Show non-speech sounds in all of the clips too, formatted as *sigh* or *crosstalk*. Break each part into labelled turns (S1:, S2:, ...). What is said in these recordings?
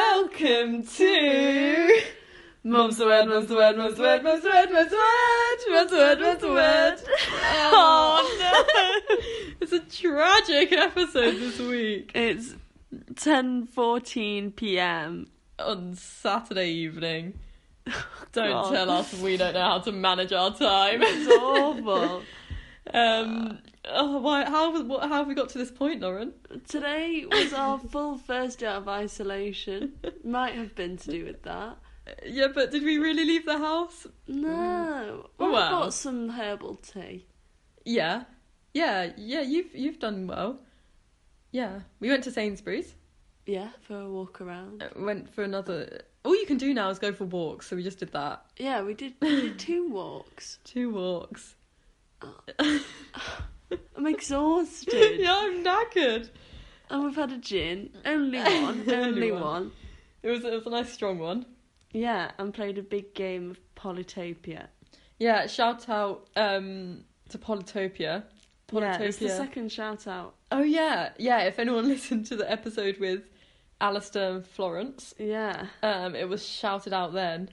S1: Welcome
S2: *laughs*
S1: to Mum's the Word, Mum's the Word, Mum's the Word, Mum's the Word, Mum's the Word, Mum's the Word, Mum's the *laughs* Word.
S2: Oh,
S1: no! it's a tragic episode this week.
S2: It's 10:14 p.m.
S1: On Saturday evening. Don't
S2: God.
S1: tell us we don't know how to manage our time.
S2: Oh. *laughs* It's awful.
S1: *laughs* um, oh, why? How, what, how have we got to this point, Lauren? *laughs*
S2: Today was our full first day of isolation. Might have been to do with that.
S1: Yeah, but did we really leave the house?
S2: No. Well, I
S1: Wow.
S2: got some herbal tea.
S1: Yeah, yeah, yeah. You've you've done well. Yeah, we went to Sainsbury's.
S2: Yeah, for a walk around.
S1: uh, Went for another. All you can do now is go for walks. So we just did that.
S2: Yeah, we did, we did two walks.
S1: Two walks.
S2: I'm exhausted.
S1: *laughs* yeah, I'm knackered.
S2: And we've had a
S1: *laughs*
S2: gin. Only one.
S1: Only
S2: Only
S1: one.
S2: one.
S1: It was it was a nice strong one.
S2: Yeah, and played a big game of Polytopia.
S1: Yeah, shout out um to Polytopia. Polytopia.
S2: Yeah, it's the second shout out.
S1: oh yeah, yeah. If anyone *laughs* listened to the episode with Alistair and Florence,
S2: Yeah.
S1: um, it was shouted out then.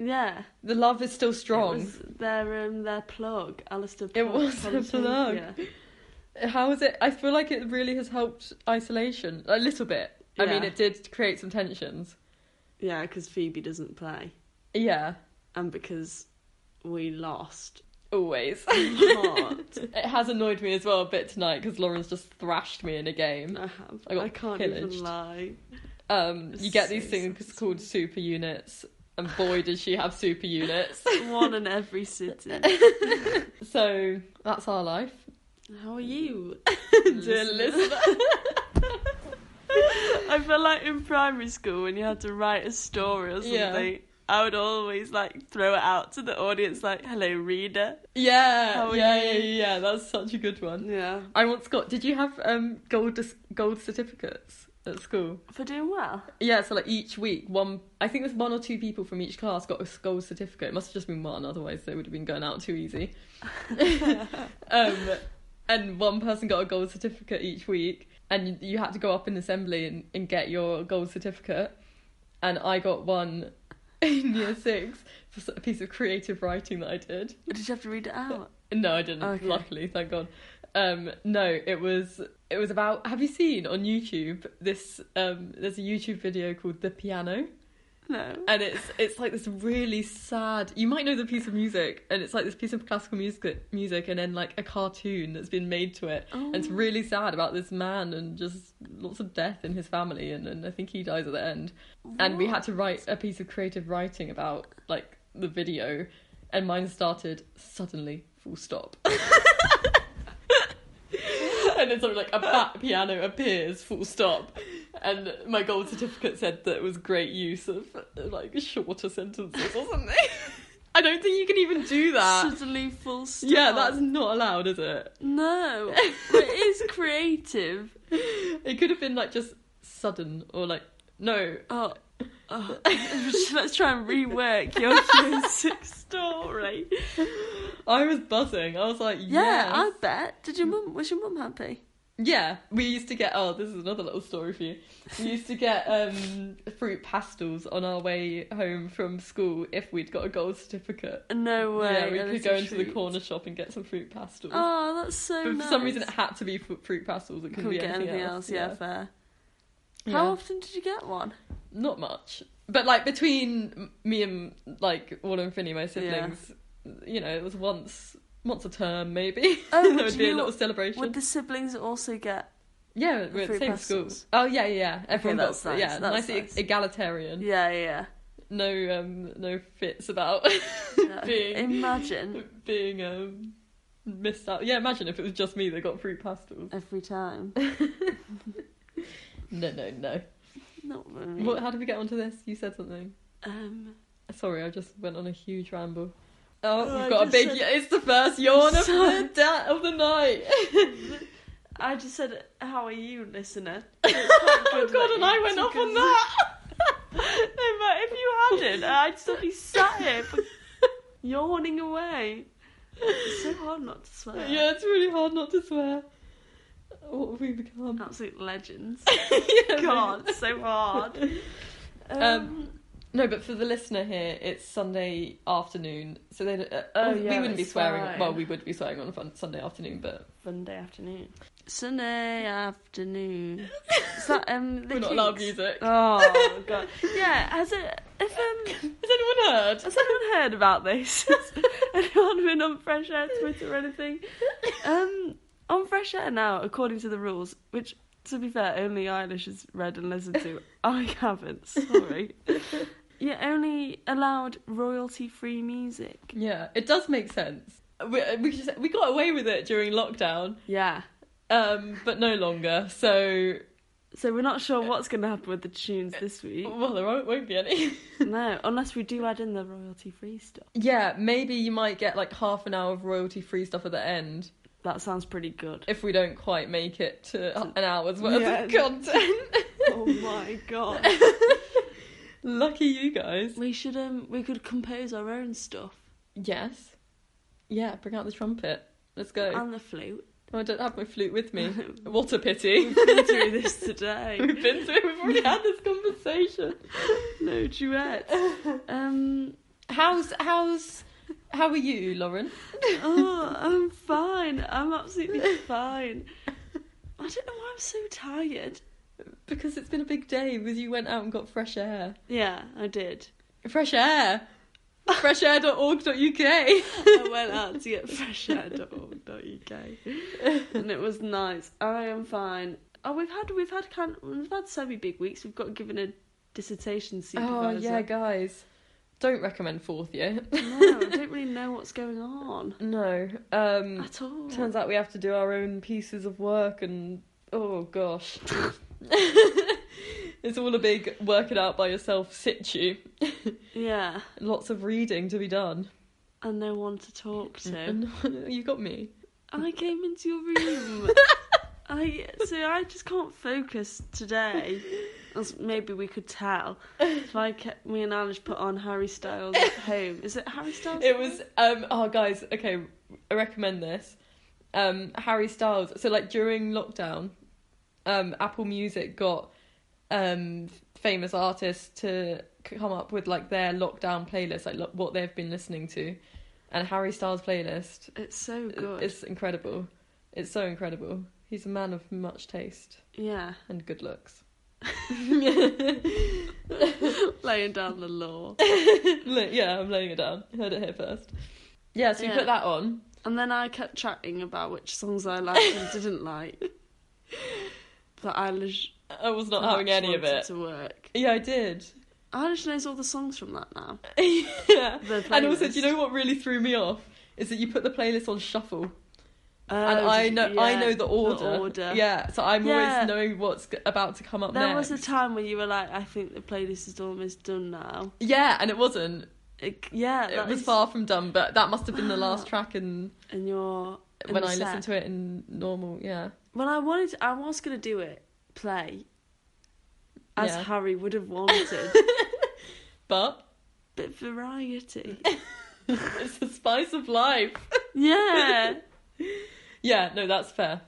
S2: Yeah.
S1: The love is still strong.
S2: It was their um their plug, Alistair.
S1: It
S2: plug,
S1: was their plug.
S2: Polytopia.
S1: How is it? I feel like it really has helped isolation a little bit. I mean,
S2: Yeah.
S1: it did create some tensions.
S2: Yeah, because Phoebe doesn't play,
S1: Yeah,
S2: and because we
S1: *laughs*
S2: lost.
S1: always.
S2: Heart.
S1: *laughs* it has annoyed me as well a bit tonight because Lauren's just thrashed me in a game.
S2: I have.
S1: I
S2: I,
S1: got
S2: can't
S1: pillaged.
S2: even
S1: *laughs*
S2: lie.
S1: Um, you get these
S2: So
S1: things
S2: sad.
S1: called super units, and boy, does she have super units.
S2: One in every city.
S1: So that's our
S2: *laughs*
S1: life,
S2: How are
S1: *laughs*
S2: you?
S1: dear listener.
S2: I feel like in primary school when you had to write a story or something.
S1: Yeah.
S2: I would always like throw it out to the audience, like "Hello, reader." How
S1: *laughs* Yeah,
S2: are
S1: yeah, yeah,
S2: you?
S1: yeah, yeah. That's such a good one.
S2: Yeah,
S1: I once got. Did you have um gold dis- gold certificates at school?
S2: for doing well.
S1: Yeah, so like each week, one I think there's one or two people from each class got a gold certificate. It must have just been one, otherwise they would have been going out too easy. um, and one person got a gold certificate each week, and you, you had to go up in assembly and, and get your gold certificate. And I got one *laughs* in year six for s- a piece of creative writing that I did.
S2: Did you have to read it out?
S1: No, I didn't.
S2: Okay.
S1: Luckily, thank God. Um, no, it was it was about. Have you seen on YouTube this? Um, there's a YouTube video called The Piano,
S2: No.
S1: and it's it's like this really sad. You might know the piece of music, and it's like this piece of classical music, music, and then like a cartoon that's been made to it.
S2: Oh.
S1: And it's really sad about this man and just lots of death in his family, and, and I think he dies at the end and we had to write a piece of creative writing about like the video and mine started suddenly full stop *laughs* and then something like a bat piano appears full stop and my gold certificate said that it was great use of like shorter sentences or something *laughs* i don't think you can even do that
S2: Suddenly full stop.
S1: yeah that's not allowed is it *laughs*
S2: No. *laughs* But it is creative.
S1: it could have been like just sudden or like no
S2: Oh. oh. *laughs* Let's try and rework your *laughs* year six story.
S1: i was buzzing i was like
S2: Yeah,
S1: yes.
S2: I bet. Did your mum was your mum happy?
S1: Yeah, we used to get. Oh, this is another little story for you. We used to get um, fruit pastels on our way home from school if we'd got a gold certificate.
S2: No way.
S1: yeah, we
S2: a
S1: could
S2: little
S1: go into the
S2: treat.
S1: corner shop and get some fruit pastels.
S2: Oh, that's so
S1: but for
S2: nice.
S1: some reason, it had to be fru- fruit pastels. It
S2: couldn't
S1: couldn't, be
S2: get
S1: anything,
S2: else. Yeah, fair.
S1: Yeah.
S2: How often did you get one?
S1: Not much, but like between m- me and like Walla and Finny, my siblings, you know, it was once once a term maybe. *laughs*
S2: Oh,
S1: there
S2: do
S1: would be a
S2: you-
S1: little celebration.
S2: Would the siblings also get?
S1: Yeah, we're at the
S2: Fruit
S1: same
S2: pastels.
S1: school. Oh yeah, yeah, yeah. Everyone
S2: that's
S1: got,
S2: nice,
S1: yeah,
S2: that's
S1: nice, e-
S2: nice.
S1: egalitarian.
S2: Yeah, *laughs* yeah.
S1: No, um, no fits about
S2: yeah.
S1: being
S2: Imagine
S1: *laughs* being um missed out. Yeah, imagine if it was just me that got fruit pastels.
S2: every time.
S1: No, no, no.
S2: Not really.
S1: What? How did we get onto this? You said something.
S2: Um,
S1: Sorry, I just went on a huge ramble. Oh,
S2: Oh,
S1: we've
S2: I
S1: got a
S2: just
S1: big.
S2: said-
S1: It's the first yawn of
S2: Sorry.
S1: the da- of the night.
S2: I just said, "How are you, *laughs* listener?"
S1: *laughs* oh god, and I went off on that. *laughs*
S2: *laughs* no, but if you hadn't, I'd still be sat here *laughs* for yawning away. It's so hard not to swear.
S1: Yeah, it's really hard not to swear. What have we become?
S2: Absolute *laughs* legends.
S1: *laughs* Yeah,
S2: Oh, God, so hard. *laughs* Um,
S1: Um, No, but for the listener here, it's Sunday afternoon, so they don't, uh,
S2: Oh,
S1: we
S2: yeah,
S1: wouldn't be
S2: it's
S1: swearing.
S2: fine.
S1: Well, we would be swearing on a fun Sunday afternoon, but
S2: *laughs* Sunday afternoon. Sunday afternoon. Is that, um, the
S1: *laughs* we're not allowed
S2: Kinks?
S1: music.
S2: Oh god. Yeah, has it if um
S1: *laughs* Has anyone heard?
S2: has anyone heard about this? *laughs* Has anyone been on Fresh Air Twitter or anything? Um on Fresh Air now, according to the rules, which to be fair, only Eilish has read and listened *laughs* to. I haven't, sorry. You're only allowed royalty free music.
S1: Yeah, it does make sense. We uh, we, just, we got away with it during lockdown,
S2: Yeah.
S1: um, but no longer. So
S2: So we're not sure what's gonna happen with the tunes this *laughs* week.
S1: well, there won't, won't be any. *laughs*
S2: No, unless we do add in the royalty free stuff.
S1: yeah, maybe you might get like half an hour of royalty free stuff at the end
S2: That sounds pretty good.
S1: if we don't quite make it to an hour's worth
S2: Yeah.
S1: of content. *laughs*
S2: oh my god.
S1: Lucky you
S2: *laughs*
S1: guys.
S2: We should um we could compose our own stuff
S1: Yes. Yeah, bring out the trumpet. Let's go.
S2: and the flute.
S1: Oh, I don't have my flute with
S2: *laughs*
S1: me.
S2: We've
S1: What a pity.
S2: been through this today.
S1: *laughs* We've been through. We've already had this conversation.
S2: No duet. Um
S1: *laughs* How's how's how are you, Lauren?
S2: oh, I'm fine. I'm absolutely fine. I don't know why I'm so tired.
S1: Because it's been a big day because you went out and got fresh air.
S2: Yeah, I did.
S1: Fresh air. Freshair.org.uk.
S2: I went out to get freshair.org.uk and it was nice. I am fine. Oh, we've had we've had kind we've had semi big weeks. We've got given a dissertation
S1: Oh
S2: supervisor.
S1: yeah, guys. Don't recommend fourth year. *laughs*
S2: no, I don't really know what's going on
S1: No. Um
S2: at all.
S1: Turns out we have to do our own pieces of work and oh gosh. it's all a big work it out by yourself situ.
S2: Yeah,
S1: Lots of reading to be done.
S2: and no one to talk
S1: *laughs*
S2: to.
S1: And you got me.
S2: I came into your
S1: *laughs*
S2: room. I so I just can't focus today, as maybe we could tell. If I kept me and Alice put on Harry Styles at home. Is it Harry Styles?
S1: It was um oh guys, okay, I recommend this. Um Harry Styles. So like during lockdown, um Apple Music got um famous artists to come up with like their lockdown playlist, like lo- what they've been listening to. And Harry Styles playlist
S2: It's so good.
S1: It's incredible. It's so incredible. He's a man of much taste *laughs*
S2: yeah,
S1: and good looks.
S2: laying down the law.
S1: Li- yeah, I'm laying it down. Heard it here first. Yeah, so you
S2: Yeah.
S1: put that on.
S2: And then I kept chatting about which songs I liked and didn't like. But Eilish
S1: I was not having any of
S2: wanted
S1: it.
S2: to work.
S1: Yeah,
S2: *laughs*
S1: I did.
S2: Eilish knows all the songs from that now.
S1: yeah.
S2: The
S1: And also, do you
S2: playlist.
S1: know what really threw me off? Is that you put the playlist on shuffle,
S2: Oh,
S1: and I
S2: did-
S1: know I
S2: yeah,
S1: know the order.
S2: order.
S1: Yeah, so I'm
S2: Yeah.
S1: always knowing what's g- about to come up
S2: There
S1: next.
S2: was a time when you were like, I think the playlist is almost done now.
S1: yeah, and it wasn't.
S2: It, yeah,
S1: It
S2: that
S1: was
S2: is-
S1: far from done, but that must have been the last
S2: *gasps*
S1: track in
S2: And you're in
S1: when
S2: the
S1: I
S2: set.
S1: listen to it in normal, yeah.
S2: when I wanted, to, I was gonna do it play, as
S1: Yeah.
S2: Harry would have
S1: *laughs*
S2: wanted,
S1: But
S2: bit
S1: *laughs*
S2: variety.
S1: it's the spice of life.
S2: Yeah,
S1: Yeah, no, that's fair.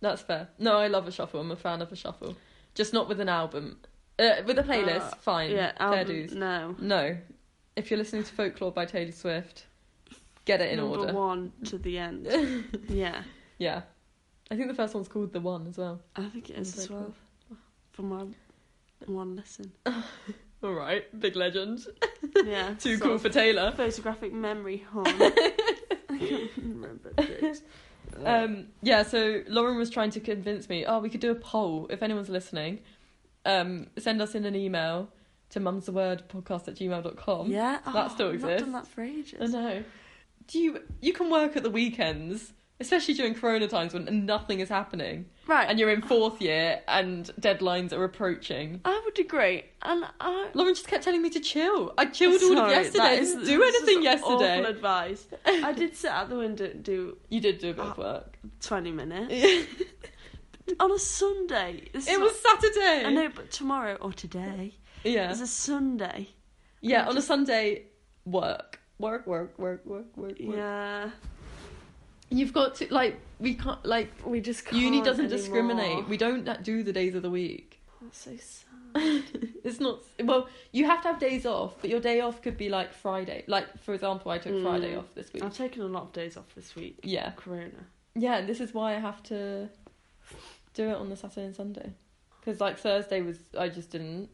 S1: That's fair. No, I love a shuffle. I'm a fan of a shuffle. Just not with an album. Uh, with a playlist,
S2: Uh,
S1: fine.
S2: yeah.
S1: fair
S2: Album,
S1: dues.
S2: No,
S1: No. If you're listening to Folklore by Taylor Swift, get it in
S2: number
S1: order.
S2: one to the
S1: *laughs*
S2: end. yeah,
S1: Yeah. I think the first one's called The One as well.
S2: I think it is as
S1: Number
S2: well. For my one
S1: *laughs*
S2: listen.
S1: All right, big legend.
S2: Yeah,
S1: Too
S2: sort
S1: cool
S2: of
S1: for Taylor.
S2: photographic memory
S1: *laughs*
S2: harm. I can't remember. Jokes.
S1: Um, yeah, so Lauren was trying to convince me, oh, we could do a poll if anyone's listening. Um, send us in an email to mum's the word podcast at gmail.com.
S2: yeah,
S1: that
S2: oh,
S1: still
S2: I've Not
S1: exists.
S2: done that for
S1: I
S2: ages.
S1: know. Do you you can work at the weekends, especially during corona times when nothing is happening
S2: Right,
S1: and you're in fourth year and deadlines are approaching.
S2: I would agree, and I.
S1: Lauren just kept telling me to chill. I chilled all of
S2: Sorry,
S1: yesterday. I
S2: that is-
S1: didn't
S2: *laughs*
S1: do
S2: this is
S1: anything yesterday.
S2: Awful advice.
S1: *laughs*
S2: I did sit out the window and do
S1: You did do a bit of work.
S2: twenty minutes
S1: it
S2: *laughs* on a Sunday. This is
S1: was Saturday.
S2: not- Ah, I know, but tomorrow or today
S1: Yeah.
S2: is a Sunday.
S1: Yeah,
S2: And
S1: on a
S2: just-
S1: Sunday, work. Work, work, work, work, work, work.
S2: Yeah,
S1: You've got to like we can't like
S2: We just can't
S1: uni doesn't
S2: anymore.
S1: discriminate. We don't like, do the days of the week.
S2: That's so sad.
S1: it's not well. You have to have days off, but your day off could be like Friday. Like for example, I took
S2: Mm.
S1: Friday off this week.
S2: I've taken a lot of days off this week.
S1: Yeah,
S2: Corona.
S1: yeah. And this is why I have to do it on the Saturday and Sunday because like Thursday was I just didn't.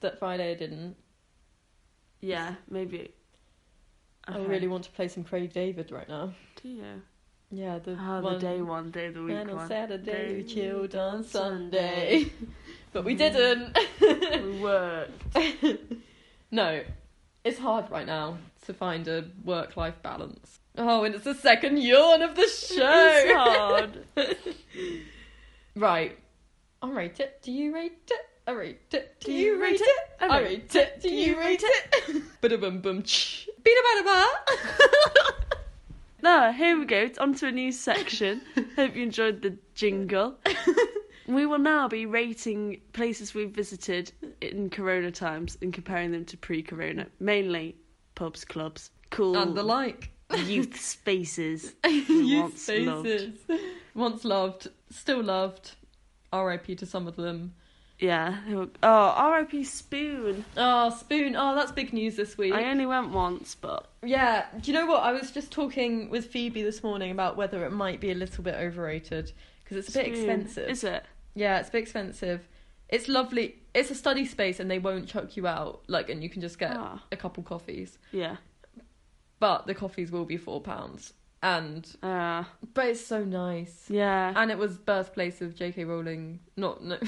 S1: That Friday I didn't.
S2: Yeah, maybe.
S1: I
S2: Okay.
S1: really want to play some Craig David right now.
S2: Do you?
S1: Yeah, the
S2: Ah, the
S1: one-
S2: day one, day of the week
S1: And on
S2: one.
S1: Saturday we
S2: Day
S1: chilled on
S2: on
S1: Sunday. *laughs* but we
S2: Mm.
S1: didn't. *laughs*
S2: we work.
S1: no, it's hard right now to find a work life balance. Oh, and it's the second yawn *laughs* of the show.
S2: It's hard.
S1: *laughs* Right. I rate it. Do you rate it? I rate it. Do you rate it? I rate it. Do you rate it? *laughs* Bada bum bum ch. Bida bada ba.
S2: Now, here we go. It's onto a new section. Hope you enjoyed the jingle.
S1: *laughs*
S2: We will now be rating places we've visited in Corona times and comparing them to pre-Corona, mainly pubs, clubs, cool
S1: *laughs* And *laughs* the like.
S2: youth spaces.
S1: *laughs* you
S2: Once
S1: spaces. *laughs* Once loved, still loved. R.I.P. to some of them.
S2: Yeah. they were- Oh, R.I.P. Spoon.
S1: Oh, Spoon. Oh, that's big news this week.
S2: I only went once, but
S1: Yeah. Do you know what? I was just talking with Phoebe this morning about whether it might be a little bit overrated because it's a bit
S2: Spoon.
S1: expensive.
S2: Is it?
S1: Yeah, it's a bit expensive. It's lovely. It's a study space and they won't chuck you out. Like, and you can just get
S2: Ah.
S1: a couple coffees.
S2: Yeah.
S1: But the coffees will be four pounds. And
S2: Uh,
S1: but it's so nice.
S2: yeah.
S1: And it was birthplace of J.K. Rowling. Not no.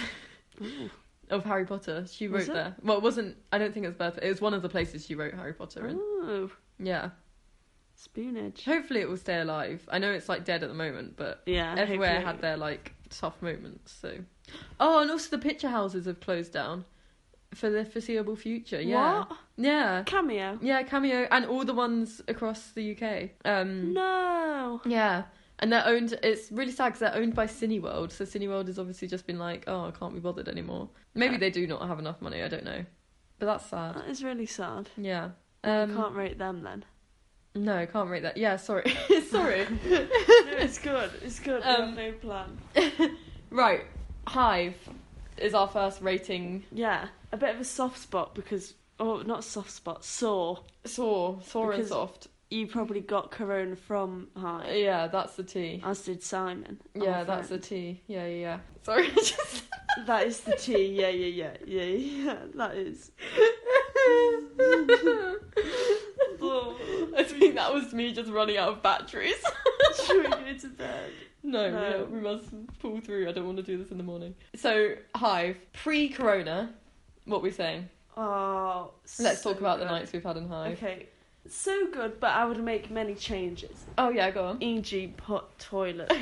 S2: Ooh.
S1: of Harry Potter. She wrote
S2: Was it?
S1: there. Well, it wasn't. I don't think it was birth. It was one of the places she wrote Harry Potter
S2: Oh.
S1: in.
S2: Ooh,
S1: Yeah.
S2: spoonage.
S1: Hopefully, it will stay alive. I know it's like dead at the moment, but
S2: Yeah.
S1: everywhere
S2: Uh, hopefully.
S1: had their like tough moments. So. Oh, and also the picture houses have closed down for the foreseeable future. Yeah.
S2: What?
S1: Yeah.
S2: Cameo.
S1: Yeah. Cameo and all the ones across the UK. Um.
S2: No.
S1: Yeah. And they're owned. It's really sad because they're owned by Cineworld. So Cineworld has obviously just been like, "Oh, I can't be bothered anymore." Maybe
S2: Yeah.
S1: they do not have enough money. I don't know, but that's sad.
S2: That is really sad.
S1: Yeah.
S2: I
S1: Um,
S2: can't rate them
S1: *laughs*
S2: then.
S1: No, I can't rate that. Yeah, sorry. *laughs* sorry.
S2: *laughs* no, it's good. It's good.
S1: We Um, have
S2: no plan.
S1: *laughs* right. Hive is our first rating.
S2: Yeah, a bit of a soft spot because, oh, not soft spot, sore.
S1: Sore. Sore and
S2: Because-
S1: soft.
S2: You probably got corona from high,
S1: Yeah, that's the T.
S2: as did Simon. our
S1: Yeah, that's the
S2: friend.
S1: T. Yeah, yeah, yeah. Sorry. *laughs* I just-
S2: *laughs* That is the T. Yeah, yeah, yeah, yeah, yeah. *laughs* That is. *laughs*
S1: *laughs* I think that was me just running out of batteries. *laughs*
S2: Should we go to bed?
S1: No,
S2: No.
S1: We, we must pull through. I don't want to do this in the morning. So, Hive, pre corona, what we're saying.
S2: Oh,
S1: Let's
S2: so
S1: talk about the
S2: good.
S1: nights we've had in Hive.
S2: Okay, so good, but I would make many changes.
S1: Oh, yeah, go on.
S2: E.g., put
S1: *laughs*
S2: toilet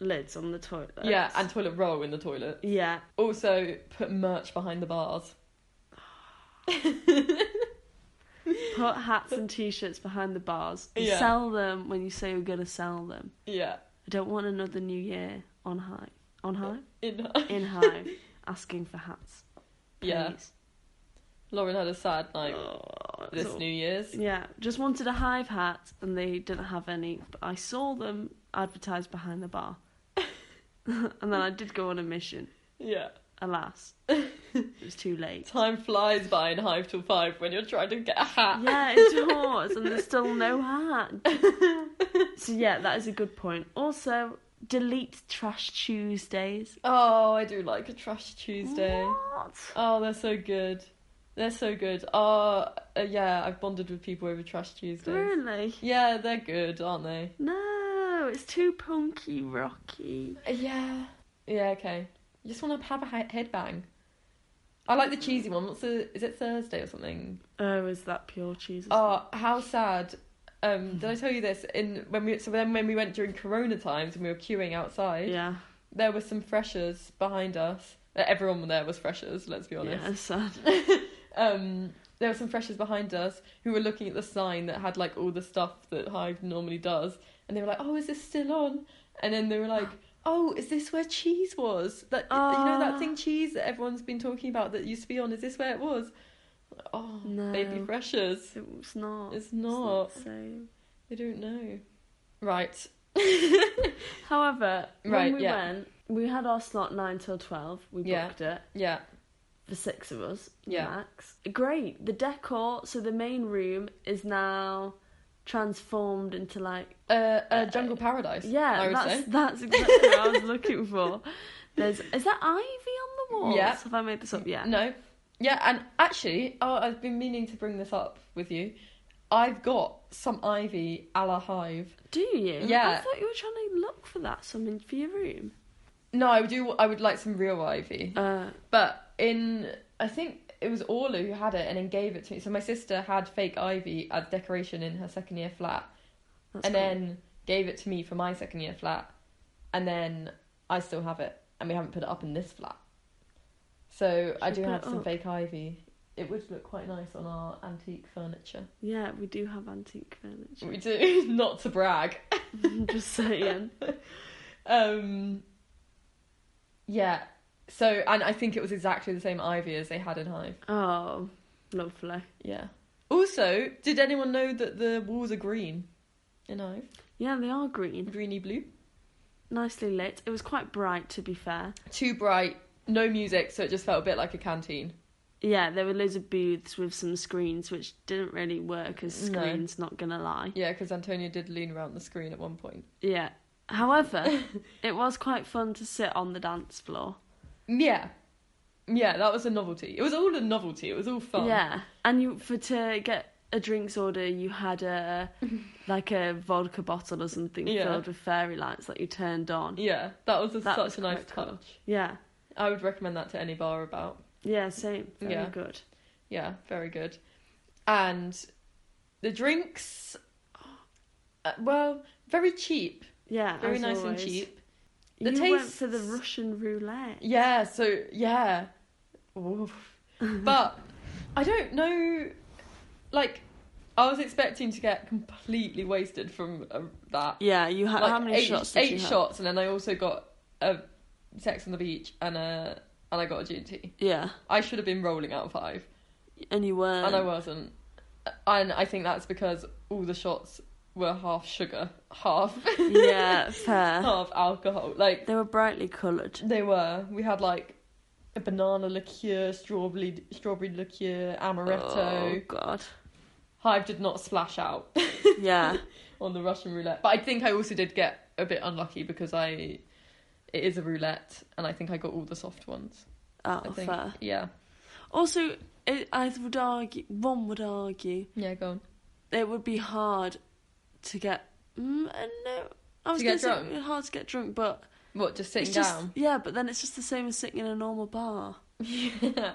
S2: lids on the toilet.
S1: Yeah, and toilet roll in the toilet.
S2: yeah,
S1: Also, put merch behind the bars.
S2: Put hats and t-shirts behind the bars. You
S1: Yeah.
S2: Sell them when you say you're gonna sell them.
S1: Yeah,
S2: I don't want another new year on high, on high,
S1: in *laughs*
S2: in high, asking for hats.
S1: Yeah.
S2: Please.
S1: Lauren had a sad night
S2: Oh, it's
S1: this
S2: aw-
S1: New Year's.
S2: Yeah, just wanted a hive hat and they didn't have any, but I saw them advertised behind the
S1: *laughs*
S2: bar, *laughs* and then I did go on a mission.
S1: Yeah, *laughs*
S2: Alas, it was too late.
S1: time flies by in Hive till five when you're trying to get a hat. *laughs*
S2: Yeah, it does, and there's still no hat. so yeah, that is a good point. Also, delete trash Tuesdays.
S1: Oh, I do like a trash Tuesday.
S2: What?
S1: Oh, they're so good. They're so good. Oh, uh, yeah, I've bonded with people over trash Tuesdays.
S2: Really?
S1: Yeah, they're good, aren't they?
S2: No, it's too punky, rocky.
S1: Yeah. Yeah, okay. You just want to have a he- headbang. I like the cheesy one. What's the, is it Thursday or something?
S2: Oh, is that pure cheese?
S1: Oh, how sad. Um, did I tell you this? In when we so then when we went during Corona times and we were queuing outside,
S2: yeah.
S1: there were some freshers behind us. Uh, Everyone there was freshers. Let's be honest.
S2: Yeah, it's sad.
S1: Um, there were some freshers behind us who were looking at the sign that had like all the stuff that Hive normally does, and they were like, "Oh, is this still on?" And then they were like, "Oh, is this where cheese was? That you know that
S2: Ah.
S1: thing cheese that everyone's been talking about that used to be on. Is this where it was?" Oh, baby
S2: No.
S1: freshers.
S2: It's not.
S1: It's not.
S2: So
S1: They don't know. Right.
S2: However,
S1: Right,
S2: when we
S1: yeah.
S2: went, we had our slot nine till twelve. We
S1: Yeah.
S2: booked it
S1: yeah.
S2: for six of us
S1: Yeah.
S2: max. Great. The decor. So the main room is now transformed into like
S1: Uh, uh, Jungle Paradise.
S2: yeah.
S1: I would
S2: that's
S1: say. *laughs*
S2: that's exactly what I was looking for. There's is there ivy on the walls?
S1: Yeah.
S2: Have I made this up? Yeah.
S1: No. Yeah, and actually, oh, I've been meaning to bring this up with you. I've got some ivy a la hive.
S2: Do you? I
S1: Yeah.
S2: thought you were trying to look for that something for your room.
S1: No, I would do. I would like some real ivy.
S2: Uh,
S1: But in, I think it was Orla who had it and then gave it to me. So my sister had fake ivy as decoration in her second year flat,
S2: that's
S1: and
S2: cool.
S1: then gave it to me for my second year flat, and then I still have it, and we haven't put it up in this flat. So I
S2: Should
S1: do
S2: put
S1: have
S2: it
S1: some
S2: up.
S1: fake ivy. It would look quite nice on our antique furniture.
S2: yeah, we do have antique furniture.
S1: We do *laughs* not to brag.
S2: *laughs* Just saying.
S1: Um, yeah. So and I think it was exactly the same ivy as they had in Hive.
S2: Oh, lovely.
S1: Yeah. Also, did anyone know that the walls are green in Hive?
S2: Yeah, they are green.
S1: Greeny blue.
S2: Nicely lit. It was quite bright, to be fair.
S1: Too bright. No music, so it just felt a bit like a canteen.
S2: Yeah, there were loads of booths with some screens, which didn't really work as
S1: No.
S2: screens, not gonna lie.
S1: Yeah, because Antonio did lean around the screen at one point.
S2: Yeah.
S1: *laughs*
S2: However, it was quite fun to sit on the dance floor.
S1: Yeah. Yeah, that was a novelty. It was all a novelty. It was all fun.
S2: Yeah, and you for to get a drinks order, you had
S1: *laughs*
S2: a like a vodka bottle or something
S1: Yeah.
S2: filled with fairy lights that you turned on.
S1: Yeah, that was a,
S2: That
S1: such
S2: was
S1: a nice
S2: quite cool.
S1: touch.
S2: Yeah,
S1: I would recommend that to any bar about.
S2: yeah, same. Very
S1: Yeah.
S2: good.
S1: Yeah, very good. And the drinks, uh, well, very cheap,
S2: Yeah,
S1: very
S2: as
S1: nice and
S2: always.
S1: cheap.
S2: You
S1: The
S2: went for the
S1: tastes-
S2: Russian roulette.
S1: Yeah, so yeah, Oof.
S2: *laughs*
S1: but I don't know. Like, I was expecting to get completely wasted from uh, that.
S2: Yeah, you had
S1: Like,
S2: how many
S1: eight,
S2: shots? Did
S1: Eight
S2: you have?
S1: shots, and then I also got a Sex on the Beach and a and I got a gin tea.
S2: Yeah,
S1: I should have been rolling out five.
S2: and you were.
S1: and I wasn't. And I think that's because all the shots were half sugar, half
S2: yeah, fair.
S1: *laughs* half alcohol. Like
S2: They were brightly coloured.
S1: they were. We had like a banana liqueur, strawberry strawberry liqueur, amaretto.
S2: Oh God.
S1: *laughs* Hive did not splash out *laughs*
S2: Yeah,
S1: on the Russian roulette, but I think I also did get a bit unlucky because I it is a roulette, and I think I got all the soft ones.
S2: oh
S1: I think.
S2: fair.
S1: Yeah.
S2: Also, it, I would argue. One would argue
S1: Yeah. Go on.
S2: it would be hard to get. Mm, uh, no, I was
S1: To get
S2: gonna say
S1: drunk?
S2: it'd be hard to get drunk, but
S1: What? Just sitting
S2: it's just
S1: down. *laughs*
S2: yeah. But then it's just the same as sitting in a normal bar,
S1: yeah.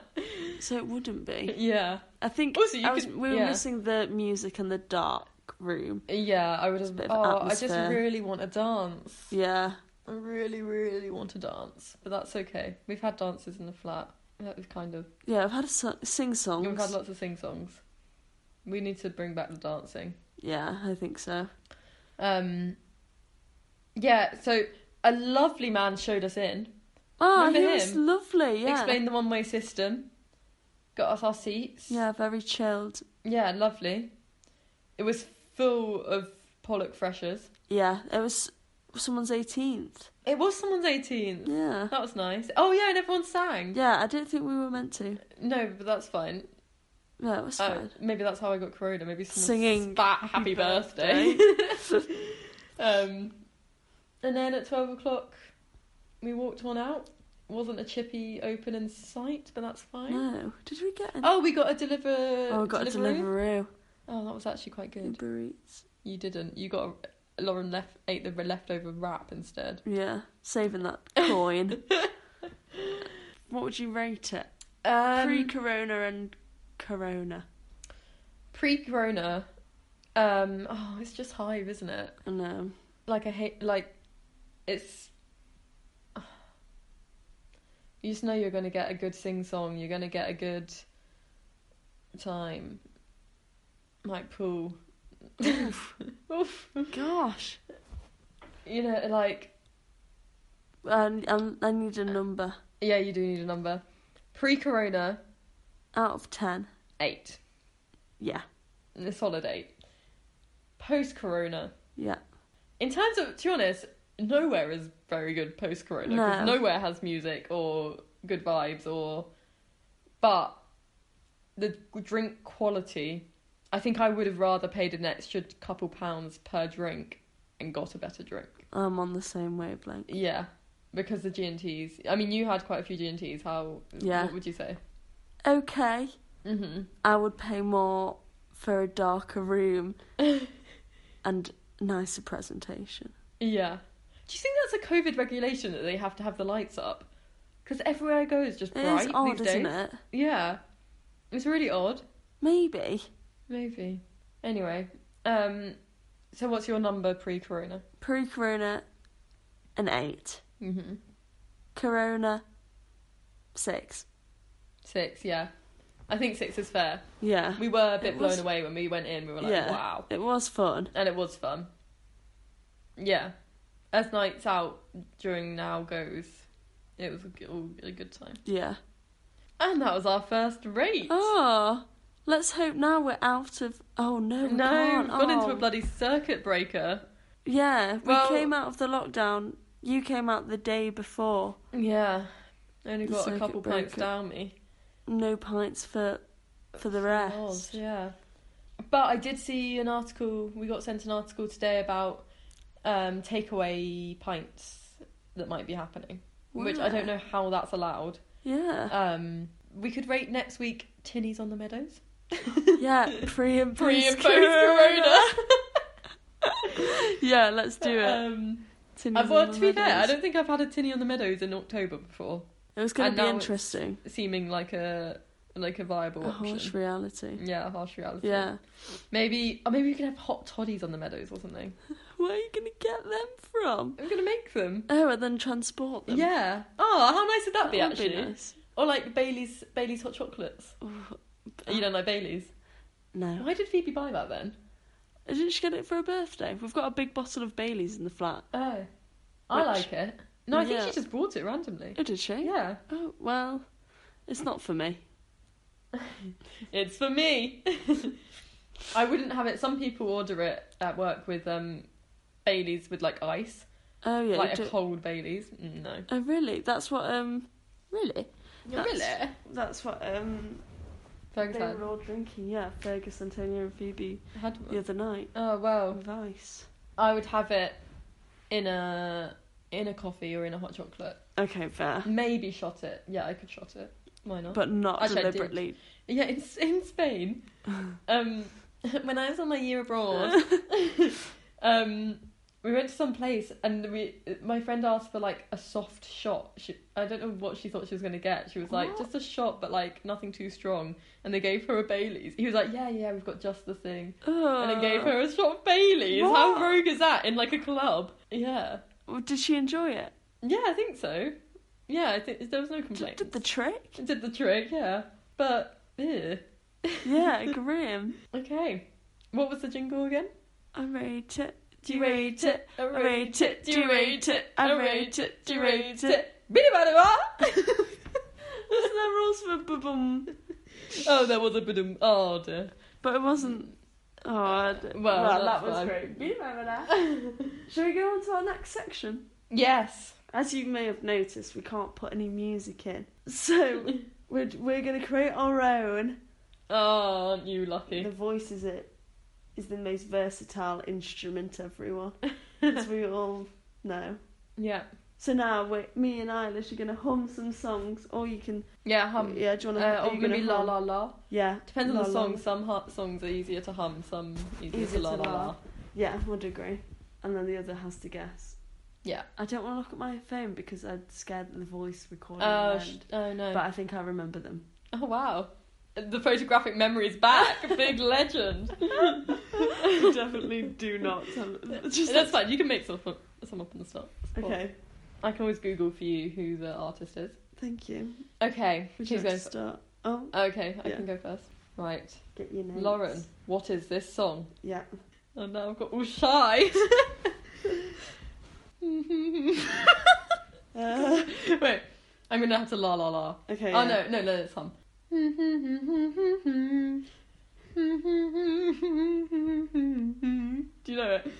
S2: so it wouldn't be.
S1: Yeah.
S2: I think
S1: Also, you
S2: I was,
S1: could-
S2: we were
S1: yeah.
S2: missing the music and the dark room.
S1: Yeah, I would have.
S2: bit of
S1: Oh, I just
S2: atmosphere.
S1: really want a dance.
S2: Yeah,
S1: I really, really want to dance, but that's okay. We've had dances in the flat. That was kind of.
S2: yeah. I've had a so- sing songs.
S1: We've had lots of sing songs. We need to bring back the dancing.
S2: Yeah, I think so.
S1: Um. Yeah, so a lovely man showed us in,
S2: Oh,
S1: Remember
S2: he was
S1: him?
S2: lovely. Yeah,
S1: explained the one-way system, got us our seats.
S2: yeah, very chilled.
S1: Yeah, lovely. It was full of Pollock freshers.
S2: Yeah, it was someone's eighteenth.
S1: It was someone's 18th.
S2: Yeah,
S1: That was nice. Oh yeah, and everyone sang.
S2: yeah. I don't think we were meant to.
S1: No, but that's fine.
S2: Yeah, it was
S1: Oh,
S2: fine.
S1: maybe that's how I got corona. Maybe someone
S2: Singing
S1: spat happy birthday. *laughs*
S2: *laughs*
S1: um, and then at twelve o'clock, we walked one out. Wasn't a chippy open in sight, but that's fine.
S2: No, did we get? Any?
S1: Oh, we got a deliver.
S2: Oh, I got a
S1: Deliveroo.
S2: Deliveroo.
S1: Oh, that was actually quite good.
S2: Uber Eats.
S1: You didn't. You got a, Lauren left ate the leftover wrap instead.
S2: Yeah, saving that
S1: *laughs*
S2: coin. what would you rate it?
S1: Um,
S2: Pre-corona and corona.
S1: pre corona. Um, oh, it's just hive, isn't it?
S2: I know.
S1: like I hate like it's you just know you're gonna get a good sing song, you're gonna get a good time. Like pool. Oof.
S2: Gosh.
S1: You know, like
S2: I, I, um, I need a number
S1: yeah, you do need a number. Pre corona,
S2: out of ten.
S1: eight.
S2: Yeah,
S1: A solid eight. Post corona,
S2: yeah.
S1: in terms of, to be honest, nowhere is very good post Corona.
S2: No.
S1: Nowhere has music or good vibes or, but the drink quality. I think I would have rather paid an extra couple pounds per drink and got a better drink.
S2: I'm on the same wavelength.
S1: Yeah, because the G and T's. I mean, you had quite a few G and T's. How?
S2: Yeah.
S1: What would you say?
S2: Okay,
S1: Mm-hmm.
S2: I would pay more for a darker
S1: *laughs*
S2: room and nicer presentation.
S1: Yeah. Do you think that's a COVID regulation that they have to have the lights up? Because everywhere I go is just
S2: It
S1: bright
S2: is odd,
S1: these
S2: isn't
S1: days.
S2: it?
S1: Yeah. It's really odd.
S2: Maybe
S1: Maybe. Anyway, um, so what's your number pre-corona?
S2: pre-corona, an eight.
S1: Mm-hmm.
S2: Corona, six.
S1: Six. Yeah. I think six is fair.
S2: Yeah,
S1: We were a bit
S2: It
S1: blown
S2: was-
S1: away when we went in. We were like,
S2: Yeah.
S1: wow.
S2: it was fun.
S1: and it was fun. Yeah, as nights out during now goes, it was a g- all a good time.
S2: Yeah.
S1: And that was our first rate.
S2: Oh, let's hope now we're out of. Oh no, we
S1: no,
S2: can't.
S1: we've gone into
S2: Oh.
S1: a bloody circuit breaker.
S2: Yeah, we
S1: Well-
S2: came out of the lockdown. You came out the day before.
S1: Yeah, only
S2: The
S1: got a
S2: circuit
S1: couple pints
S2: breaker.
S1: down me.
S2: No pints for, for the rest.
S1: Laws, yeah. But I did see an article. We got sent an article today about um, takeaway pints that might be happening, which I don't
S2: Yeah.
S1: know how that's allowed.
S2: Yeah,
S1: Um, we could rate next week Tinnies on the Meadows.
S2: yeah. Pre and
S1: Pre and
S2: post
S1: post Corona.
S2: yeah, let's *laughs* do it.
S1: Um,
S2: Tinnies
S1: I've, well,
S2: on
S1: to
S2: the
S1: be fair, *laughs* I
S2: Meadows.
S1: don't think I've had a Tinny on the Meadows in October before,
S2: It was going
S1: and
S2: to
S1: now
S2: be
S1: it's
S2: interesting.
S1: seeming like a like a viable
S2: A
S1: option.
S2: harsh reality.
S1: yeah, a harsh reality.
S2: Yeah.
S1: Maybe or maybe we could have hot toddies on the meadows or something.
S2: Where are you going to get them from?
S1: I'm gonna make them.
S2: Oh, and then transport them.
S1: Yeah. Oh, how nice would that,
S2: That
S1: be
S2: would
S1: actually?
S2: nice.
S1: Or like Bailey's Bailey's hot chocolates.
S2: Ooh,
S1: You don't like Bailey's?
S2: no.
S1: Why did Phoebe buy that then?
S2: Didn't she get it for her birthday? We've got a big bottle of Bailey's in the flat.
S1: Oh. I
S2: Which-
S1: like it. No, I think
S2: Yeah.
S1: she just bought it randomly.
S2: Oh, did she?
S1: Yeah.
S2: Oh, well, it's not for me.
S1: It's for me. *laughs* I wouldn't have it. Some people order it at work with um, Baileys with like ice,
S2: Oh, yeah.
S1: like
S2: you
S1: a
S2: do-
S1: cold Baileys. Mm, No,
S2: oh, really? That's what, um, really?
S1: really.
S2: That's- That's what, um,
S1: Thanks,
S2: they were all drinking, yeah. Fergus, Antonio, and Phoebe
S1: I had
S2: the
S1: one.
S2: other night.
S1: Oh well,
S2: Vice.
S1: I would have it in a in a coffee or in a hot chocolate.
S2: Okay, fair.
S1: Maybe shot it. Yeah, I could shot it. Why not?
S2: But not
S1: Actually, I did.
S2: deliberately.
S1: Yeah, in
S2: *laughs*
S1: in Spain, um, *laughs* when I was on my year abroad, um, we went to some place and we my friend asked for like a soft shot. She, I don't know what she thought she was gonna get. She was like
S2: What?
S1: just a shot, but like nothing too strong. And they gave her a Bailey's. He was like, yeah, yeah, we've got just the thing. And then gave her a shot of Bailey's. How
S2: Ah. What?
S1: rogue is that in like a club? Yeah,
S2: Well, Did she enjoy it?
S1: yeah, I think so. Yeah, I think there was no
S2: Did,
S1: complaint.
S2: did the trick?
S1: It did the trick, yeah. But yeah.
S2: Yeah, Graham.
S1: Okay. What was the jingle again?
S2: I rate it.
S1: Do you rate it? I
S2: I rate it. Do you rate it? I rate it. Do you rate it?
S1: Bitty bada ba!
S2: There's no rules for boom,
S1: *laughs* Oh, there was a bit of. Oh dear.
S2: but it wasn't. Oh, I d-
S1: Well,
S2: that
S1: that's
S2: was
S1: fine.
S2: great. You remember
S1: *laughs*
S2: that? Shall we go on to our next section?
S1: Yes.
S2: As you may have noticed, we can't put any music in,
S1: *laughs*
S2: so we're we're gonna create our own.
S1: Oh, aren't you lucky?
S2: The voice is it is the most versatile instrument.
S1: *laughs*
S2: Everyone, as we all know.
S1: Yeah.
S2: So now we me and Eilish are gonna hum some songs, or you can
S1: Yeah, hum.
S2: yeah, do you wanna?
S1: Uh,
S2: are
S1: or
S2: you gonna
S1: maybe la
S2: hum?
S1: la la.
S2: Yeah,
S1: Depends on
S2: la,
S1: the
S2: la,
S1: song.
S2: la.
S1: Some hu- songs are easier to hum, some easier,
S2: Easier
S1: to la
S2: to
S1: la
S2: la.
S1: la.
S2: Yeah, would agree. And then the other has to guess.
S1: Yeah.
S2: I don't want to look at my phone because I'm scared that the voice recording.
S1: Oh,
S2: will
S1: sh-
S2: end.
S1: oh no.
S2: but I think I remember
S1: *laughs*
S2: them.
S1: Oh wow. The photographic memory
S2: *laughs*
S1: is back. Big legend.
S2: Definitely do not. Tell- just
S1: That's fine. You can make some up, some up on the spot.
S2: okay.
S1: I can always Google for you who the artist is.
S2: Thank you.
S1: Okay,
S2: Would you like
S1: who's
S2: to
S1: going? fir-
S2: start? Oh,
S1: Okay, I
S2: Yeah.
S1: can go first. Right,
S2: get your name.
S1: Lauren. What is this song?
S2: Yeah.
S1: Oh now I've got all shy. *laughs*
S2: Uh,
S1: Wait, I'm gonna have to la la la.
S2: okay.
S1: Oh
S2: yeah.
S1: no, no, no, it's hum. Do you know it?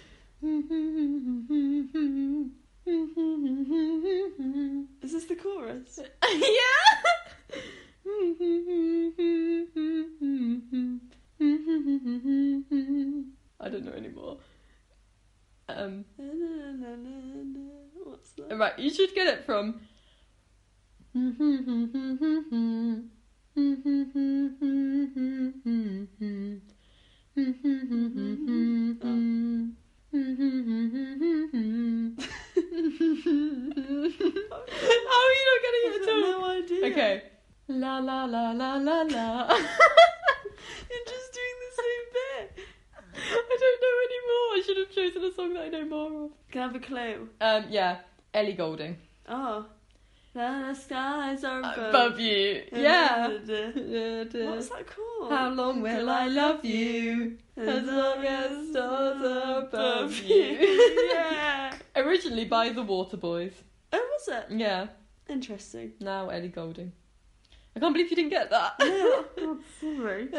S1: *laughs* Um, right, you should get it from. How are you not getting it at all?
S2: no idea.
S1: Okay. La la la la la *laughs* la.
S2: You're just doing the same bit.
S1: I don't know anymore. I should have chosen a song that I know more of.
S2: Can I have a clue?
S1: Um, yeah, Ellie Golding.
S2: Oh. The skies are above.
S1: Uh, Above you.
S2: *laughs*
S1: Yeah.
S2: What's that called?
S1: How long will I love you? As long as stars are above you. *laughs*
S2: yeah.
S1: Originally by the Waterboys.
S2: Oh, was it?
S1: Yeah.
S2: Interesting.
S1: *laughs* Now Ellie Golding. I can't believe you didn't get that.
S2: No, God, sorry.
S1: *laughs*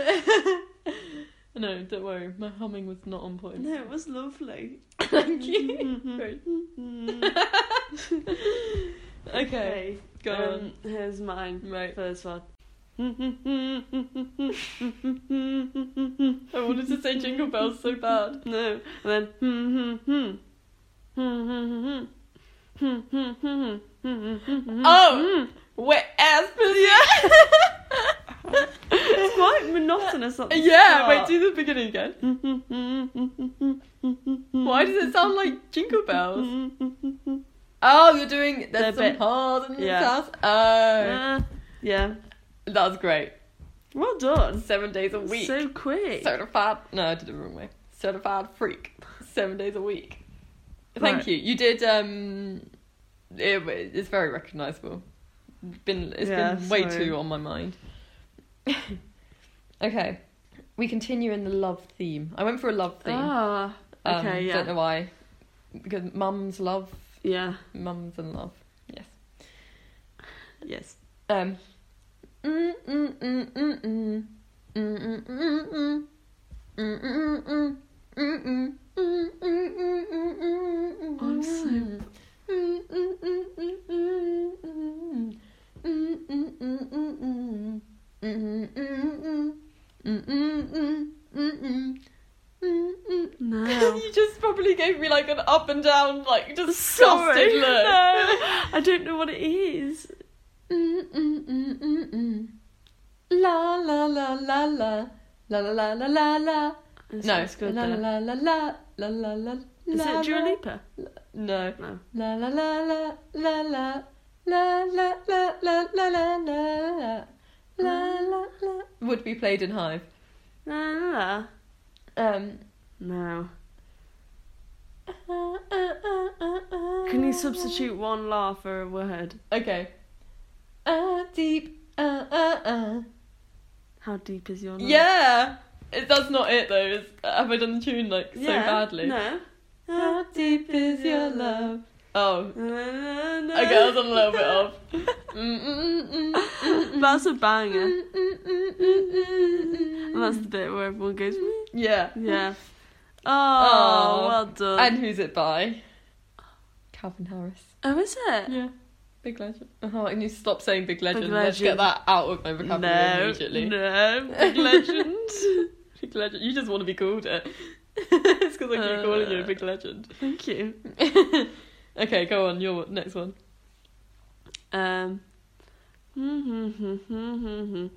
S1: no, don't worry. My humming was not on point.
S2: No, it was lovely.
S1: *laughs* Thank
S2: *laughs*
S1: *laughs* you. Great.
S2: okay.
S1: *laughs* okay. Go
S2: um, Mm-hmm. Here's mine.
S1: on. Right.
S2: First one. *laughs*
S1: I wanted to say Jingle Bells so bad.
S2: No. And then. *laughs* Mm-hmm.
S1: Oh, wet ass pussy. Yeah.
S2: It's Ah. quite monotonous at the
S1: *laughs* yeah, wait,
S2: start.
S1: do the beginning again. Why does
S2: Mm-hmm.
S1: it sound like Jingle Bells? Oh, you're doing
S2: The
S1: there's some
S2: Mm-hmm. bit.
S1: hard and
S2: Yeah.
S1: stuff.
S2: *laughs*
S1: Oh,
S2: Uh, yeah.
S1: that's great.
S2: Well done.
S1: Seven days a week.
S2: So quick.
S1: Certified. No, I did it the wrong way. Certified freak. Seven days a week. Thank
S2: Right.
S1: you. You did. Um, it, it's very recognisable. Been it's
S2: Yeah,
S1: been way
S2: sorry.
S1: too on my mind. *laughs* okay, we continue in the love theme. I went for a love theme.
S2: ah.
S1: Um,
S2: okay, yeah.
S1: Don't know why. Because mums love,
S2: Yeah.
S1: mums and love. Yes.
S2: Yes.
S1: Um. Mm, mm, mm, mm, mm. Mm, mm, mm, mm. Mm, mm, mm, mm, mm. Mm, mm, mm, mm, mm, mm,
S2: I'm so-
S1: mm. Mm, mm, mm, mm, mm, mm. Mm, mm, mm, mm, mm. Mm, mm, mm, mm. Mm, mm, mm, mm, mm. Mm, mm.
S2: *laughs* No.
S1: *laughs* you just probably gave me like an up and down, like disgusted
S2: Sorry.
S1: look.
S2: No. *laughs* I don't know what it is.
S1: Mm, mm, mm, mm, mm. La la la la la la la la la la la. No,
S2: It's good
S1: la
S2: though.
S1: la la la la la la la.
S2: Is it Dua Lipa?
S1: No.
S2: No.
S1: La la la la la la la la la la la la la la la la. Would be played in Hive.
S2: La, la, la.
S1: Um.
S2: No. Can you substitute one la for a word?
S1: Okay. Ah, deep. Ah, ah, ah.
S2: How deep is your la?
S1: Yeah. It, that's not it though. It's, have I done the tune like so
S2: Yeah,
S1: badly?
S2: No.
S1: How deep is your love? Oh,
S2: Na, na, na.
S1: okay, I was on a little bit off. Mm, mm, mm, mm,
S2: *laughs*
S1: mm,
S2: That's a banger.
S1: mm, mm, mm, mm, mm, mm.
S2: And that's the bit where everyone goes, "Mm."
S1: yeah.
S2: yeah. Oh,
S1: Oh.
S2: well done.
S1: And who's it by? Calvin Harris.
S2: oh, is it?
S1: Yeah. Big legend. Oh, I need to stop saying big legend. Let's get
S2: legend.
S1: that out of my vocabulary
S2: no,
S1: immediately.
S2: no, big legend.
S1: *laughs* Big legend. You just want to be called it. *laughs* it's because I keep calling
S2: Uh.
S1: you a big legend.
S2: Thank you.
S1: okay, go on. Your next one.
S2: Um.
S1: *laughs* Can't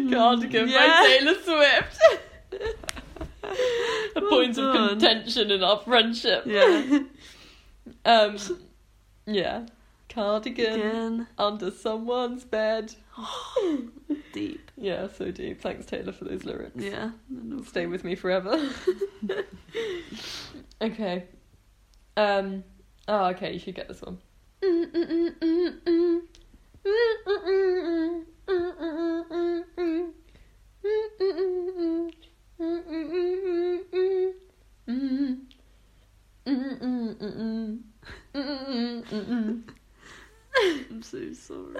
S1: give
S2: Mm. Yeah.
S1: my Taylor Swift.
S2: *laughs*
S1: a
S2: Well
S1: point of
S2: done.
S1: contention in our friendship. *laughs*
S2: Yeah.
S1: Um, yeah. Cardigan
S2: Again.
S1: under someone's bed.
S2: Deep.
S1: Yeah, so deep. Thanks, Taylor, for those lyrics.
S2: Yeah.
S1: Stay with me forever. *laughs* okay. Um. Oh, okay. You should get this
S2: *laughs*
S1: one.
S2: I'm so
S1: *laughs*
S2: sorry.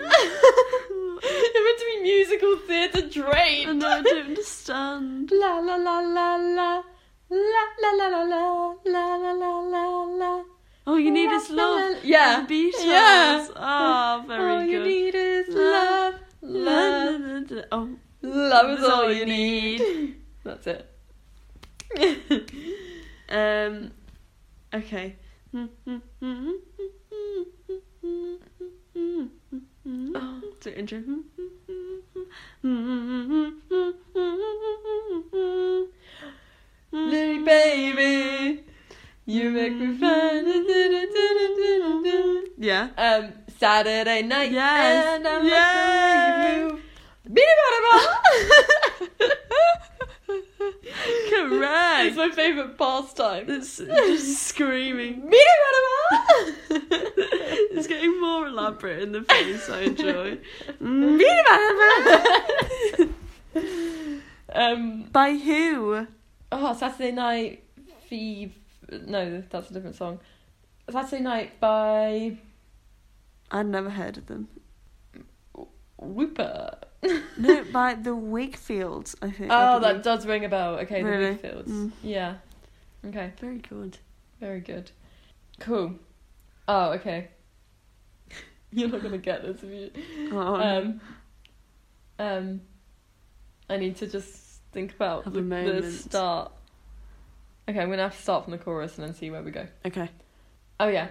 S1: It meant to be musical theatre
S2: I
S1: drape.
S2: know, I don't understand.
S1: La la la la la la la la la la la la la la la.
S2: Oh, you need is love.
S1: Yeah.
S2: The Beatles.
S1: Yeah.
S2: Ah, very
S1: all you
S2: good.
S1: need is love,
S2: Love,
S1: love,
S2: La, la, la, la. Oh,
S1: *laughs* love is all you need. That's it.
S2: Um, okay. So intro.
S1: Lily baby, you make me
S2: Mm-hmm.
S1: fun.
S2: Yeah.
S1: Um, Saturday night.
S2: Yes.
S1: And I'm
S2: Yes.
S1: like, move. Beat it, It's
S2: *laughs* Correct.
S1: *laughs* my favourite pastime.
S2: It's just screaming.
S1: Beat it,
S2: *laughs* It's getting more elaborate in the face. I
S1: *laughs*
S2: enjoy.
S1: Um.
S2: By who?
S1: Oh, Saturday Night Fever. No, that's a different song. Saturday Night by
S2: I'd never heard of them.
S1: Whooper.
S2: No, by the Wakefields. I think. I
S1: Oh, that
S2: believe.
S1: does ring a bell. Okay,
S2: Really?
S1: the Wheatfields.
S2: Mm.
S1: Yeah. Okay,
S2: very good.
S1: very good. Cool. Oh, okay. *laughs* You're not gonna get this if you.
S2: Oh,
S1: Um. Um. I need to just think about
S2: Have a
S1: the, the
S2: moment.
S1: start. Okay, I'm gonna have to start from the chorus and then see where we go.
S2: okay.
S1: Oh yeah.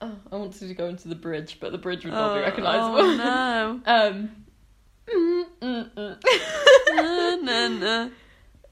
S1: Oh, I wanted to go into the bridge, but the bridge would not be recognisable.
S2: Oh, no.
S1: *laughs* Um. mm,
S2: na, na, na.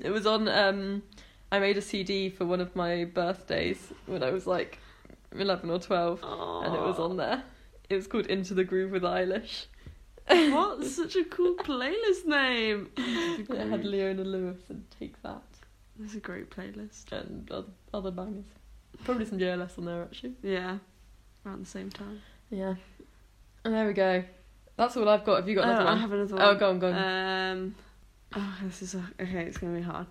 S1: It was on um I made a CD for one of my birthdays when I was like 11 or 12
S2: Aw.
S1: and it was on there. It was called Into the Groove with Eilish.
S2: *laughs* What? Such a cool playlist name.
S1: *laughs* It had Leona Lewis and Take That
S2: That's a great playlist.
S1: and other, other bangers. Probably some JLS on there actually.
S2: Yeah. Around the same time.
S1: Yeah. And there we go. That's all I've got. Have you got another
S2: oh, I
S1: one?
S2: have another one.
S1: Oh, go on, go on.
S2: Um, oh, this is a- okay. It's gonna be hard.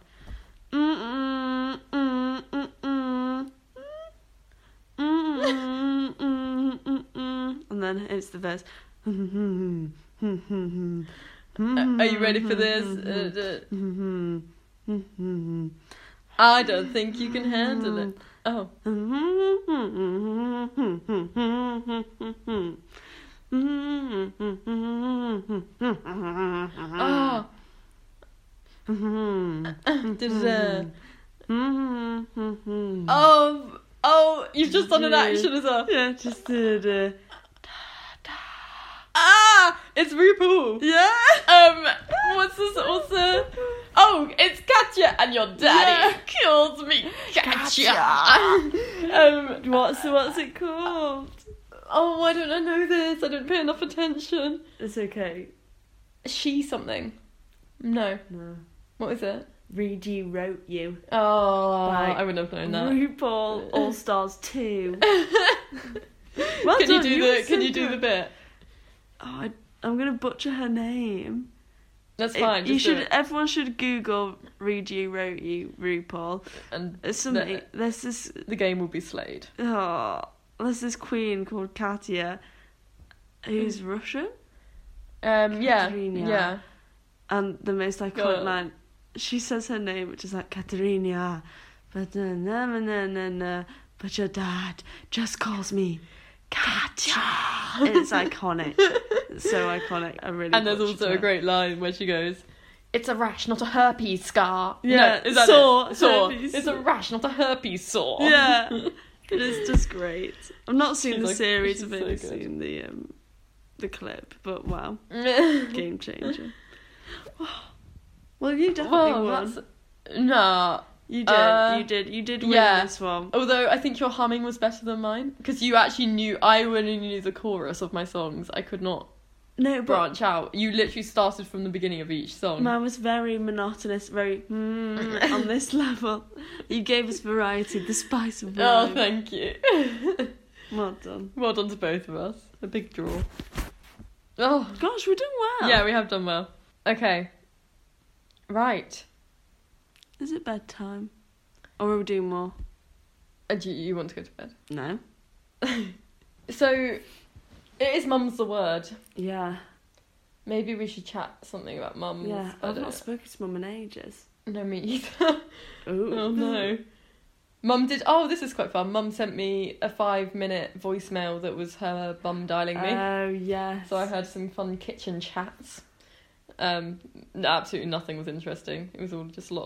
S2: Mm, mm, mm, mm, mm, mm, mm, mm, mm. And then it's the verse.
S1: Uh, Are you ready for this? Uh, d- I don't think you can handle it. Oh.
S2: Oh.
S1: Oh.
S2: Mm-hmm.
S1: Ah. Mm-hmm. Da-da-da.
S2: Oh.
S1: Oh, oh, you've just done an action as well.
S2: Yeah, just did. Uh,
S1: Ah, it's RuPaul.
S2: yeah.
S1: Um, what's this? What's the? Oh, it's Katya, and your daddy *laughs*
S2: Yeah.
S1: kills me, Katya. *laughs* um,
S2: What's what's it called?
S1: oh, why don't I know this? I don't pay enough attention.
S2: It's okay.
S1: She something? No.
S2: No.
S1: What is it?
S2: Reedy wrote you.
S1: Oh,
S2: By
S1: I wouldn't have known that.
S2: RuPaul All Stars
S1: *laughs*
S2: Two. Well
S1: can you
S2: done,
S1: do
S2: were
S1: the? Can
S2: so
S1: you do the
S2: good.
S1: bit?
S2: Oh, I, I'm gonna butcher her name.
S1: That's
S2: It-
S1: fine.
S2: you
S1: just do
S2: should.
S1: it.
S2: Everyone should Google "read you wrote you RuPaul."
S1: and
S2: There's somebody. There's this.
S1: the game will be slayed.
S2: Oh, there's this queen called Katya, who's
S1: Mm.
S2: Russian,
S1: Um, yeah,
S2: Katerina.
S1: yeah.
S2: and the most iconic
S1: Go.
S2: line. She says her name, which is like Katerina, but na na na na na. na but your dad just calls me Katya. it's iconic.
S1: *laughs*
S2: It's so iconic. I really.
S1: And there's
S2: butchered
S1: also a
S2: it.
S1: great line where she goes, "It's a rash, not a herpes scar."
S2: Yeah,
S1: no, is that
S2: sore,
S1: it? sore.
S2: herpes.
S1: It's a rash, not a herpes sore. *laughs*
S2: Yeah, it is just great. I've not seen
S1: She's
S2: the
S1: like-
S2: series.
S1: she's
S2: I've
S1: so
S2: only
S1: good.
S2: seen the um, the clip. But wow,
S1: well, *laughs*
S2: game
S1: *gasps*
S2: changer. well, you definitely won.
S1: that's no.
S2: You did.
S1: uh,
S2: you did. You did win
S1: yeah. Oh,
S2: this one.
S1: Although I think your humming was better than mine because you actually knew. I only knew the chorus of my songs. I could not
S2: No, but
S1: branch out. You literally started from the beginning of each song.
S2: mine was very monotonous, very mm, on
S1: *laughs*
S2: this level. You gave us variety, the spice of
S1: Oh,
S2: life.
S1: thank you. *laughs*
S2: Well done.
S1: well done to both of us. A big draw. Oh,
S2: Gosh, we're doing well.
S1: yeah, we have done well. Okay. Right.
S2: Is it bedtime? Or are we doing more?
S1: Uh, Do you, you want to go to bed?
S2: No.
S1: So, it is mum's the word.
S2: Yeah.
S1: Maybe we should chat something about mums.
S2: Yeah.
S1: I
S2: I've
S1: don't
S2: not spoken to mum in ages.
S1: know. No, me either. *laughs*
S2: Ooh.
S1: oh no. Mum did. Oh, this is quite fun. Mum sent me a five-minute voicemail that was her mum dialing me.
S2: Oh yes.
S1: So I heard some fun kitchen chats. Um, n- absolutely nothing was interesting. It was all just a lot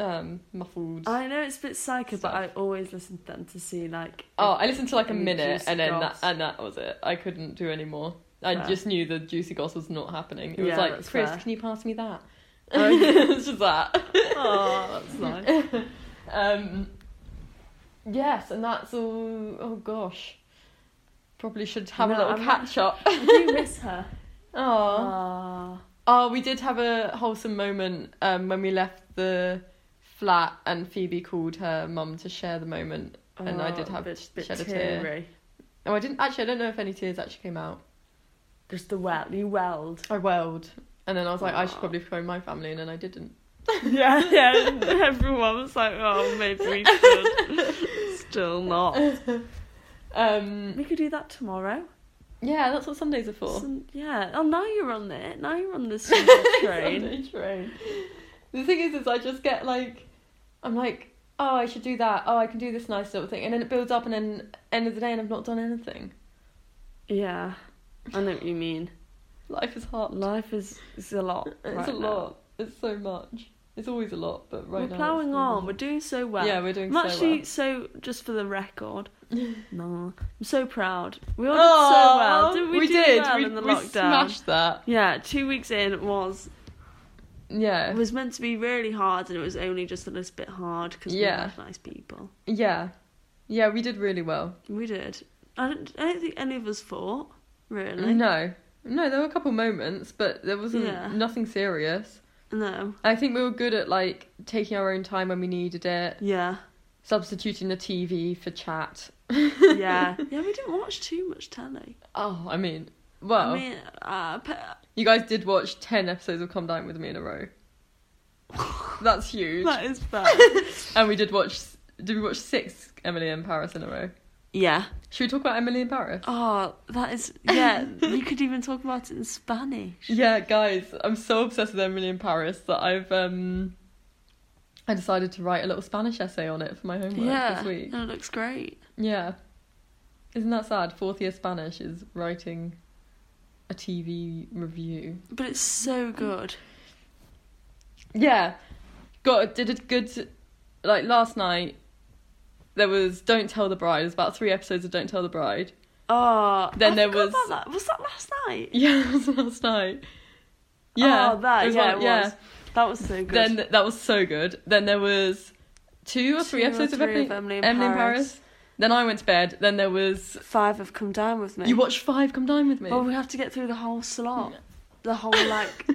S1: of um, muffled.
S2: I know it's a bit psycho,
S1: Stuff.
S2: but I always listen to them to see like.
S1: oh, I listened to like a
S2: Any
S1: minute,
S2: juicy
S1: and then that,
S2: goss?
S1: and that was it. I couldn't do any more. I
S2: Fair.
S1: just knew the juicy goss was not happening. It was
S2: Yeah,
S1: like,
S2: that's
S1: Chris,
S2: fair.
S1: can you pass me that?
S2: Oh,
S1: *laughs* it was just that. *laughs*
S2: oh, that's nice.
S1: Um, yes, and that's all. Oh gosh, probably should have
S2: No,
S1: a little
S2: I'm not-
S1: catch up.
S2: I do miss her.
S1: Oh.
S2: Ah.
S1: Oh, we did have a wholesome moment um, when we left the flat and Phoebe called her mum to share the moment. And I
S2: Oh,
S1: did have
S2: bit,
S1: to
S2: bit
S1: shed a tear.
S2: teary.
S1: Oh, I didn't actually. I don't know if any tears actually came out.
S2: Just the well, you welled.
S1: I welled, and then I was like, I should
S2: Aw.
S1: probably phone my family, and then I didn't.
S2: yeah, yeah. Everyone was like, "Oh, maybe we should." Still not.
S1: Um,
S2: *laughs* We could do that tomorrow.
S1: yeah, that's what Sundays are for.
S2: Some- yeah. Oh, now you're on it. Now you're on
S1: *laughs*
S2: this Sunday train.
S1: Sunday train. The thing is, is I just get like, I'm like, oh, I should do that. Oh, I can do this nice little thing, and then it builds up, and then end of the day, and I've not done anything.
S2: yeah, I know what you mean.
S1: Life is hard.
S2: Life is is a lot.
S1: It's
S2: right
S1: a
S2: now.
S1: lot. It's so much. It's always a lot, but right
S2: we're
S1: now.
S2: ploughing
S1: it's
S2: on.
S1: really-
S2: We're doing so well.
S1: Yeah, we're doing
S2: I'm
S1: so
S2: actually
S1: well.
S2: so, just for the record, no, I'm so proud. We all did so
S1: Aw,
S2: well. Didn't we, do
S1: did.
S2: well
S1: Oh, we,
S2: in the
S1: we
S2: lockdown?
S1: smashed that.
S2: Yeah, two weeks in was
S1: Yeah.
S2: was meant to be really hard, and it was only just a little bit hard because
S1: Yeah.
S2: we had nice people.
S1: Yeah. Yeah, we did really well.
S2: We did. I don't, I don't think any of us fought really.
S1: No. No, there were a couple moments, but there wasn't
S2: Yeah.
S1: nothing serious.
S2: No.
S1: I think we were good at like taking our own time when we needed it,
S2: Yeah.
S1: substituting the TV for chat. *laughs*
S2: Yeah. yeah. We didn't watch too much telly.
S1: Oh, I mean, well,
S2: I mean, uh, pe-
S1: you guys did watch 10 episodes of Come Down with Me in
S2: *laughs*
S1: a row. That's huge.
S2: that is bad.
S1: *laughs* And we did watch. Did we watch six Emily in Paris in a row?
S2: yeah.
S1: Should we talk about Emily in Paris?
S2: Oh, that is yeah. you could even talk about it in Spanish.
S1: Yeah, guys, I'm so obsessed with Emily in Paris that I've um, I decided to write a little Spanish essay on it for my homework
S2: yeah,
S1: this week.
S2: and it looks great.
S1: Yeah, isn't that sad? Fourth year Spanish is writing a TV review.
S2: But it's so good.
S1: Yeah, got did a good like last night. There was Don't Tell the Bride. It was about three episodes of Don't Tell the Bride. *laughs*
S2: Oh, I
S1: Then there
S2: forgot
S1: was-
S2: about that. was that last night?
S1: Yeah, it was last night. Yeah,
S2: oh, that
S1: it was
S2: yeah,
S1: one-
S2: it was. That was so good.
S1: Then th- that was so good. Then there was two or three
S2: Two or
S1: episodes
S2: three
S1: of Emily, Emily in Paris. Then I went to bed. Then there was
S2: Five have come down with me.
S1: you watched five. Come dine with me.
S2: Well, we have to get through the whole slot, the whole
S1: *laughs*
S2: like,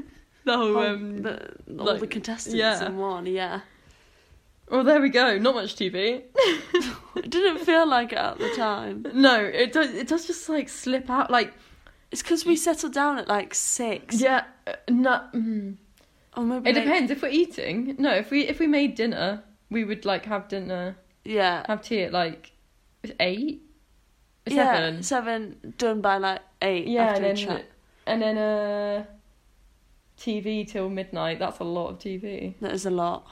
S1: the whole,
S2: whole-
S1: um,
S2: oh, the, all
S1: like,
S2: the contestants
S1: yeah.
S2: in one. Yeah,
S1: well, oh, there we go. Not much TV.
S2: it didn't feel like it at the time.
S1: No, it does. It does just like slip out. Like
S2: It's because we settled down at like six.
S1: yeah, uh, no. Mm.
S2: or maybe
S1: It
S2: like-
S1: depends if we're eating. No, if we if we made dinner, we would like have dinner,
S2: Yeah,
S1: have tea at like eight,
S2: Yeah,
S1: seven.
S2: seven done by like eight.
S1: Yeah,
S2: after
S1: and
S2: a
S1: then
S2: chat.
S1: and then uh, TV till midnight. That's a lot of TV.
S2: That is a lot.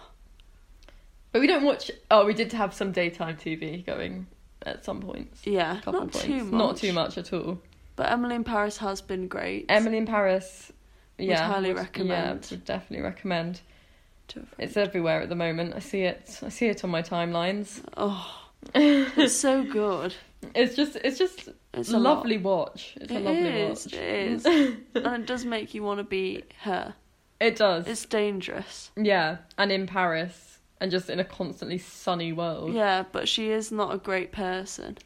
S1: But we don't watch. Oh, we did have some daytime TV going at some points.
S2: Yeah,
S1: couple
S2: not
S1: points.
S2: too much.
S1: Not too much at all.
S2: But Emily in Paris has been great.
S1: Emily in Paris.
S2: Would
S1: Yeah,
S2: highly
S1: Yeah,
S2: recommend.
S1: would definitely recommend.
S2: To a friend.
S1: It's everywhere at the moment. I see it. I see it on my timelines.
S2: oh, it's *laughs* so good.
S1: It's just. It's just
S2: It's
S1: a
S2: a lot.
S1: lovely watch. It's a
S2: It
S1: lovely
S2: is,
S1: watch.
S2: It is,
S1: *laughs*
S2: and it does make you want to be her.
S1: It does.
S2: It's dangerous.
S1: Yeah, and in Paris, and just in a constantly sunny world.
S2: Yeah, but she is not a great person.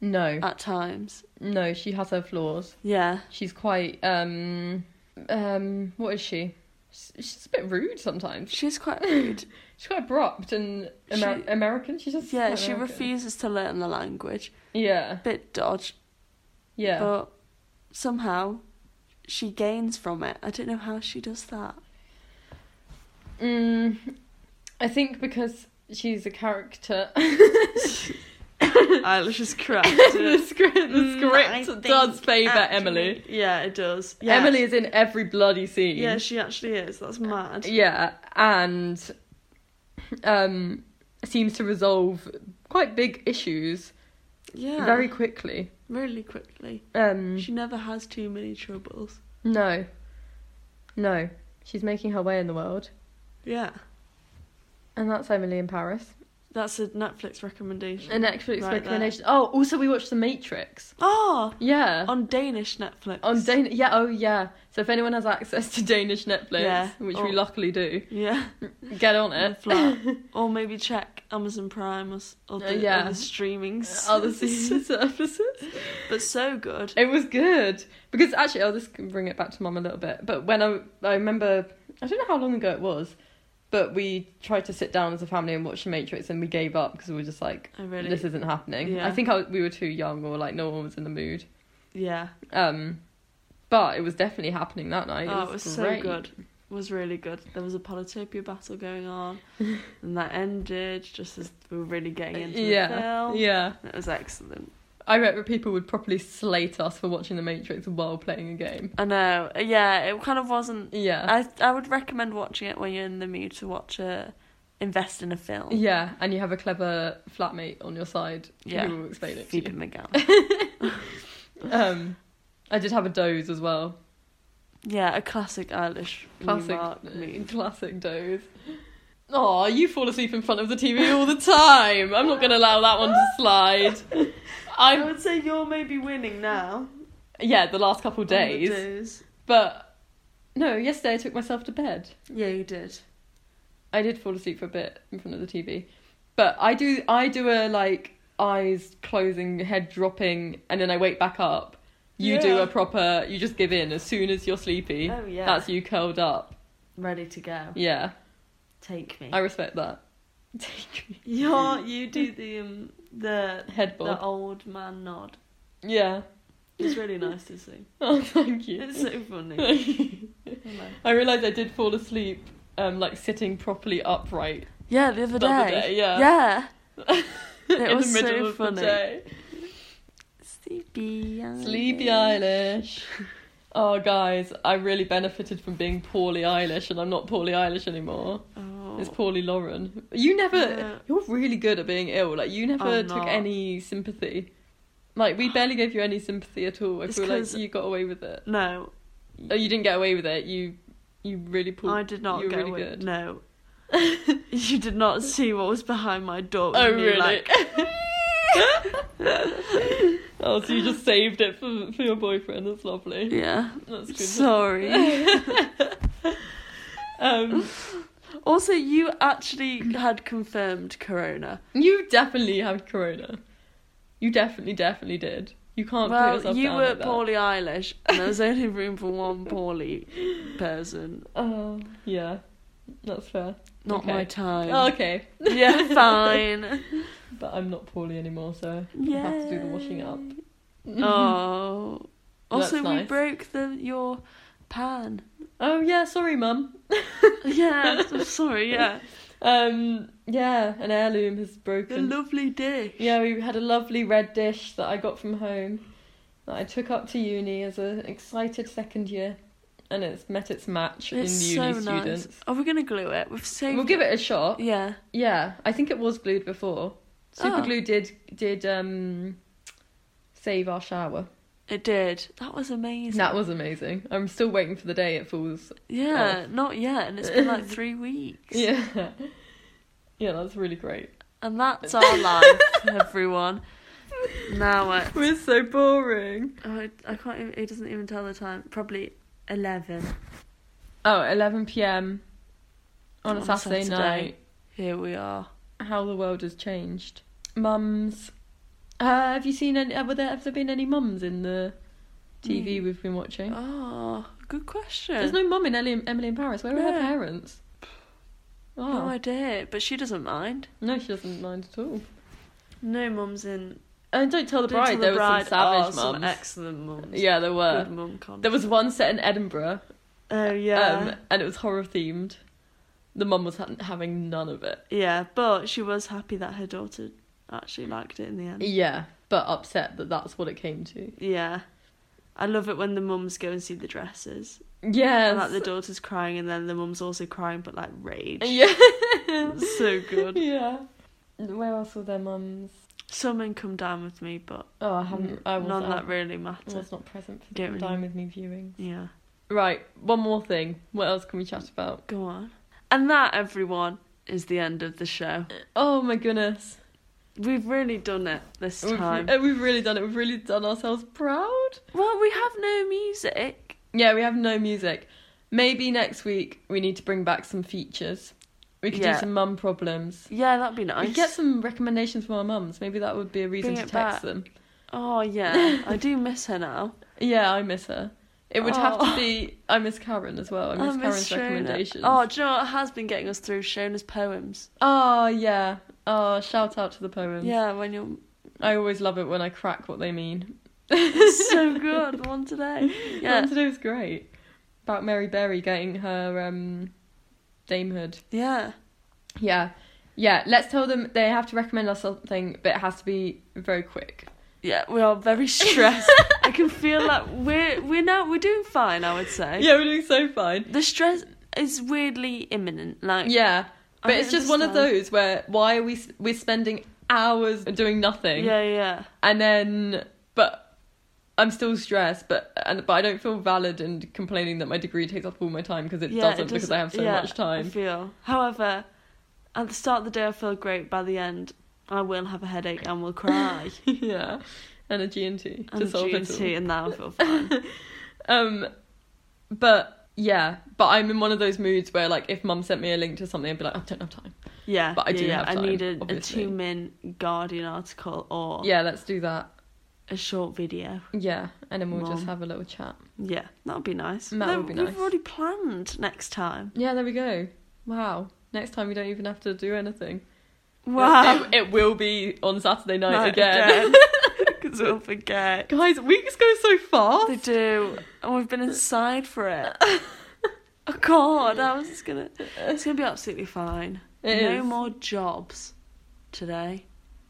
S1: No,
S2: at times.
S1: no, she has her flaws.
S2: Yeah.
S1: She's quite um um what is she? S- She's a bit rude sometimes.
S2: She's quite
S1: *laughs*
S2: rude.
S1: She's quite abrupt and Amer-
S2: She-
S1: American. She's just
S2: Yeah,
S1: quite
S2: she
S1: American.
S2: refuses to learn the language.
S1: Yeah,
S2: Bit dodge,
S1: yeah.
S2: but somehow she gains from it. I don't know how she does
S1: *laughs*
S2: that.
S1: Mm, I think because she's a character. *laughs*
S2: Eilish is *laughs* cracked.
S1: the script, the
S2: Mm,
S1: script does favour Emily.
S2: Yeah, it does. Yeah.
S1: Emily is Uh, in every bloody scene.
S2: Yeah, she actually is. That's mad.
S1: Yeah, and um, seems to resolve quite big issues
S2: Yeah.
S1: very quickly.
S2: really quickly.
S1: Um,
S2: She never has too many troubles.
S1: no, no, she's making her way in the world,
S2: Yeah.
S1: and that's Emily in Paris.
S2: That's a Netflix recommendation.
S1: An actual
S2: Right there.
S1: explanation. Oh, also we watched The Matrix.
S2: Oh,
S1: Yeah,
S2: on Danish Netflix.
S1: on Dan- yeah, oh yeah. So if anyone has access to Danish Netflix,
S2: Yeah, Oh.
S1: which
S2: or-
S1: we luckily do,
S2: Yeah.
S1: *laughs* get on
S2: on the
S1: it.
S2: flat. or maybe check Amazon Prime or, s- or the
S1: Uh, yeah.
S2: other streaming
S1: *laughs*
S2: *laughs*
S1: Other
S2: services.
S1: services.
S2: but so good.
S1: It was good because actually, I'll just bring it back to mum a little bit. But when I I remember, I don't know how long ago it was, but we tried to sit down as a family and watch The Matrix, and we gave up because we were just like,
S2: I really.
S1: this isn't happening.
S2: Yeah.
S1: I think I, was- we were too young, or like no one was in the mood.
S2: yeah.
S1: Um, but it was definitely happening that night.
S2: oh, it was
S1: great.
S2: so good. It was really good. There was a Polytopia battle going
S1: *laughs*
S2: on, and that ended just as we were really getting into the
S1: Yeah,
S2: film.
S1: yeah.
S2: It was excellent.
S1: I remember people would probably slate us for watching The Matrix while playing a game.
S2: I know. Yeah, it kind of wasn't.
S1: Yeah.
S2: I I would recommend watching it when you're in the mood to watch a invest in a film.
S1: yeah, and you have a clever flatmate on your side
S2: Yeah.
S1: who will explain it to
S2: Phoebe
S1: you. *laughs*
S2: McGann.
S1: Um, I did have a doze as well.
S2: yeah, a classic Irish
S1: Classic, uh,
S2: remark move.
S1: classic doze. Oh, you fall asleep in front of the TV all the time. I'm not going to allow that one to slide.
S2: I
S1: I'm
S2: would say you're maybe winning now.
S1: yeah, the last couple
S2: on the
S1: days,
S2: days.
S1: but no, yesterday I took myself to bed.
S2: Yeah, you did.
S1: I did fall asleep for a bit in front of the TV, but I do I do a like eyes closing, head dropping, and then I wake back up. You do
S2: Yeah.
S1: a proper. You just give in as soon as you're sleepy.
S2: Oh yeah.
S1: That's you curled up.
S2: ready to go.
S1: Yeah,
S2: Take me.
S1: I respect that. Take me.
S2: You're, you do the um, the
S1: Head bob.
S2: the old man nod.
S1: Yeah. *laughs*
S2: It's really nice to see.
S1: Oh, thank you. *laughs*
S2: It's so funny.
S1: I realised I did fall asleep, um, like sitting properly upright
S2: yeah, the other
S1: the other
S2: day.
S1: day. Yeah. *laughs*
S2: Yeah.
S1: in
S2: was
S1: the
S2: so
S1: middle of
S2: funny.
S1: the day.
S2: Sleepy Eilish.
S1: Sleepy Eilish. Oh, guys, I really benefited from being Paulie Eilish, and I'm not Paulie Eilish anymore.
S2: Oh.
S1: It's Paulie Lauren. You never.
S2: Yeah.
S1: You're really good at being ill. Like you never
S2: I'm
S1: took
S2: not.
S1: any sympathy. Like we barely gave you any sympathy at all. I
S2: It's
S1: feel like
S2: 'cause-
S1: you got away with it.
S2: No,
S1: Oh, you didn't get away with it. You, you really pulled.
S2: I did not
S1: you were
S2: go.
S1: really
S2: away-
S1: good. *laughs*
S2: No. you did not see what was behind my door.
S1: Oh
S2: You knew,
S1: really? *laughs*
S2: like, *laughs*
S1: oh, so you just saved it for for your boyfriend. That's lovely.
S2: yeah.
S1: That's good. *laughs*
S2: Sorry.
S1: um,
S2: also, you actually had confirmed corona.
S1: you definitely had corona. You definitely, definitely did. You can't put
S2: well,
S1: yourself
S2: you
S1: down
S2: were
S1: like that.
S2: Paulie Eilish, and there was only room for
S1: *laughs*
S2: one Paulie person.
S1: Oh, yeah, that's fair.
S2: Not
S1: Okay.
S2: my time.
S1: Oh, okay, *laughs*
S2: Yeah, fine.
S1: but I'm not poorly anymore, so
S2: Yeah.
S1: have to do the washing up. *laughs*
S2: Oh. Also,
S1: That's
S2: we
S1: nice.
S2: broke the your pan. *laughs*
S1: oh yeah, sorry, mum.
S2: Yeah, I'm sorry.
S1: *laughs*
S2: Yeah,
S1: Um, yeah, an heirloom has
S2: the
S1: broken.
S2: lovely dish.
S1: Yeah, we had a lovely red dish that I got from home that I took up to uni as an excited second year, and it's met its match
S2: it's
S1: in
S2: so
S1: uni
S2: nice.
S1: students.
S2: Are we gonna glue it? We've saved.
S1: We'll give it a shot.
S2: Yeah.
S1: Yeah, I think it was glued before. Super
S2: Oh.
S1: glue did did um save our shower.
S2: It did. That was amazing.
S1: That was amazing. I'm still waiting for the day it falls.
S2: Yeah, not yet, and it's been
S1: *laughs*
S2: like three weeks.
S1: Yeah. *laughs* Yeah, that's really great.
S2: And that's our
S1: *laughs*
S2: life, everyone. Now I,
S1: We're so boring.
S2: I, I can't. Even, it doesn't even tell the time. Probably eleven.
S1: Oh, 11 p.m. on a
S2: On a
S1: Saturday,
S2: Saturday.
S1: night.
S2: Here we are.
S1: How the world has changed. Mums, Uh, have you seen any? Have there, have there been any mums in the
S2: Hmm.
S1: TV we've been watching?
S2: Ah, good question.
S1: There's no mum in Ellie and, Emily in Paris. Where are her
S2: No.
S1: parents? Oh.
S2: No idea, but she doesn't mind.
S1: no, she doesn't mind at all. Uh,
S2: No mum's in.
S1: And don't tell the
S2: Don't
S1: bride
S2: Tell
S1: there were some
S2: Bride,
S1: savage
S2: oh, some
S1: mums.
S2: excellent mums.
S1: yeah, there were.
S2: Good mum content.
S1: There was one set in Edinburgh,
S2: Oh yeah.
S1: um, and it was horror themed. The mum was ha- having none of it.
S2: yeah, but she was happy that her daughter actually liked it in the end.
S1: Yeah, but upset that that's what it came to.
S2: Yeah. I love it when the mums go and see the dresses.
S1: Yes.
S2: And like the daughter's crying and then the mum's also crying but like rage.
S1: yeah.
S2: It's so good.
S1: Yeah. Where else were their mums?
S2: Some men come down with me but
S1: Oh, I haven't. I was,
S2: none
S1: I
S2: that really matter.
S1: was not present for
S2: Don't
S1: the
S2: really-
S1: time with me viewing.
S2: Yeah.
S1: Right, one more thing. What else can we chat about?
S2: Go on. And that everyone is the end of the show.
S1: Oh my goodness.
S2: We've really done it this
S1: We've,
S2: time.
S1: uh, we've really done it. We've really done ourselves proud.
S2: Well, we have no music.
S1: Yeah, we have no music. Maybe next week we need to bring back some features. We could
S2: Yeah.
S1: do some mum problems.
S2: Yeah, that'd be
S1: We
S2: nice.
S1: could get some recommendations from our mums. Maybe that would be a reason
S2: Bring
S1: to
S2: it
S1: text
S2: back.
S1: them.
S2: Oh
S1: *laughs*
S2: yeah, I do miss her now.
S1: Yeah, I miss her. It would have to
S2: Oh.
S1: be. I miss Karen as well. I miss Karen's
S2: Shona.
S1: recommendations.
S2: Oh, do you know what has been getting us through Shona's poems?
S1: Oh, yeah. Oh, shout out to the poems.
S2: Yeah, when you're
S1: I always love it when I crack what they mean.
S2: it's so
S1: *laughs*
S2: good. One today. Yeah,
S1: Yeah. today was great. About Mary Berry getting her um, damehood.
S2: yeah,
S1: Yeah. Yeah, let's tell them they have to recommend us something, but it has to be very quick.
S2: yeah. We are very stressed. I can feel that we're we're now we're doing fine. I would say.
S1: Yeah, we're doing so fine.
S2: The stress is weirdly imminent. Like
S1: Yeah,
S2: I
S1: but
S2: don't
S1: it's just one of
S2: understand.
S1: those where why are we s- we're spending hours doing nothing,
S2: Yeah, yeah.
S1: and then but I'm still stressed, but and but I don't feel valid in complaining that my degree takes up all my time because it,
S2: yeah,
S1: doesn't because I have so
S2: yeah,
S1: much
S2: I
S1: *laughs* time.
S2: feel. However, at the start of the day, I feel great. By the end, I will have a headache and will cry.
S1: yeah, and a G and T
S2: and
S1: *laughs* to solve it all.
S2: G&T, and now I feel fine.
S1: Um, but yeah, but I'm in one of those moods where like if mum sent me a link to something, I'd be like, I don't have time.
S2: Yeah,
S1: But I
S2: yeah,
S1: do
S2: yeah.
S1: have
S2: I
S1: time,
S2: need a, a
S1: obviously.
S2: two-minute Guardian article or
S1: Yeah, let's do that.
S2: a short video.
S1: Yeah, and then we'll
S2: Mum.
S1: just have a little chat.
S2: Yeah, that would be nice.
S1: That
S2: No,
S1: would be nice.
S2: We've already planned next time.
S1: Yeah, there we go. Wow. Next time we don't even have to do anything.
S2: Wow. *laughs*
S1: It, it will be on Saturday night,
S2: Night
S1: again. *laughs*
S2: *laughs* Because we'll forget.
S1: Guys, weeks go so
S2: They
S1: fast.
S2: do, and we've been inside for
S1: *laughs*
S2: it. oh God, I was just gonna. It's gonna be absolutely fine.
S1: It
S2: no
S1: is.
S2: more jobs today.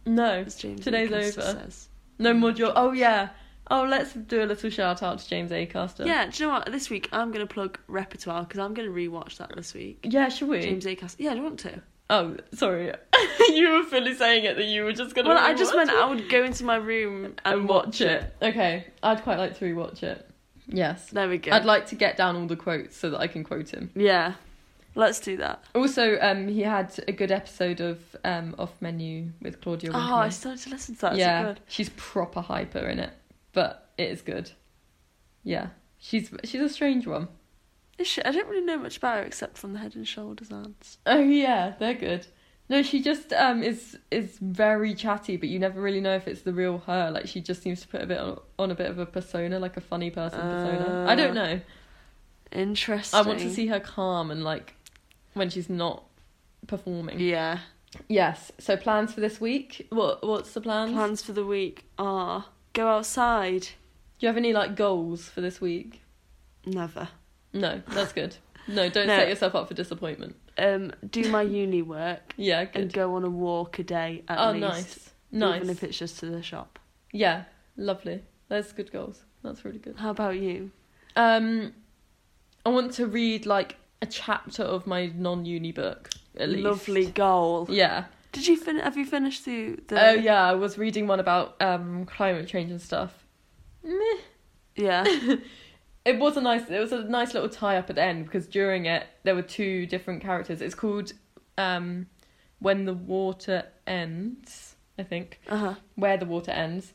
S1: No,
S2: As James
S1: Today's
S2: Lancaster
S1: over.
S2: Says.
S1: no more job. Oh yeah. Oh, let's do a little shout out to James Acaster.
S2: Yeah, do you know what? This week I'm gonna plug repertoire because I'm gonna rewatch that this week.
S1: Yeah, should we?
S2: James Acast. Yeah, do you want to?
S1: Oh, sorry. *laughs* you were fully saying it that you were just gonna.
S2: Well, I just
S1: rewatch
S2: meant
S1: it.
S2: I would go into my room and,
S1: and watch it. Okay, I'd quite like to rewatch it. Yes.
S2: There we go.
S1: I'd like to get down all the quotes so that I can quote him.
S2: yeah, let's do that.
S1: Also, um, he had a good episode of um, Off Menu with Claudia.
S2: oh, I
S1: Winkler.
S2: started to listen to that.
S1: yeah,
S2: Yeah. Good.
S1: she's proper hyper in it, but it is good. Yeah, she's she's a strange one.
S2: Is she, I don't really know much about her except from the Head and Shoulders ads.
S1: Oh yeah, they're good. No, she just um is is very chatty, but you never really know if it's the real her. Like she just seems to put a bit on, on a bit of a persona, like a funny person persona. I don't
S2: Uh,
S1: know.
S2: Interesting.
S1: I want to see her calm and like when she's not performing.
S2: Yeah.
S1: Yes. So plans for this week? What what's the plans?
S2: Plans for the week are go outside.
S1: Do you have any like goals for this week?
S2: Never.
S1: No, that's good. No, don't
S2: No.
S1: set yourself up for disappointment.
S2: Um, do
S1: *laughs*
S2: my uni work
S1: Yeah,
S2: and
S1: good.
S2: go on a walk a day at
S1: Oh,
S2: least.
S1: nice. Nice.
S2: Even if it's just to the shop.
S1: Yeah, lovely. That's good goals. That's really good.
S2: How about you?
S1: Um, I want to read like a chapter of my non-uni book at least.
S2: Lovely goal.
S1: Yeah.
S2: Did you fin- Have you finished the? the
S1: Oh yeah, I was reading one about um climate change and stuff. Meh.
S2: Yeah.
S1: It was a nice. It was a nice little tie up at the end because during it there were two different characters. It's called um, "When the Water Ends," I think.
S2: Uh huh.
S1: "Where the Water Ends,"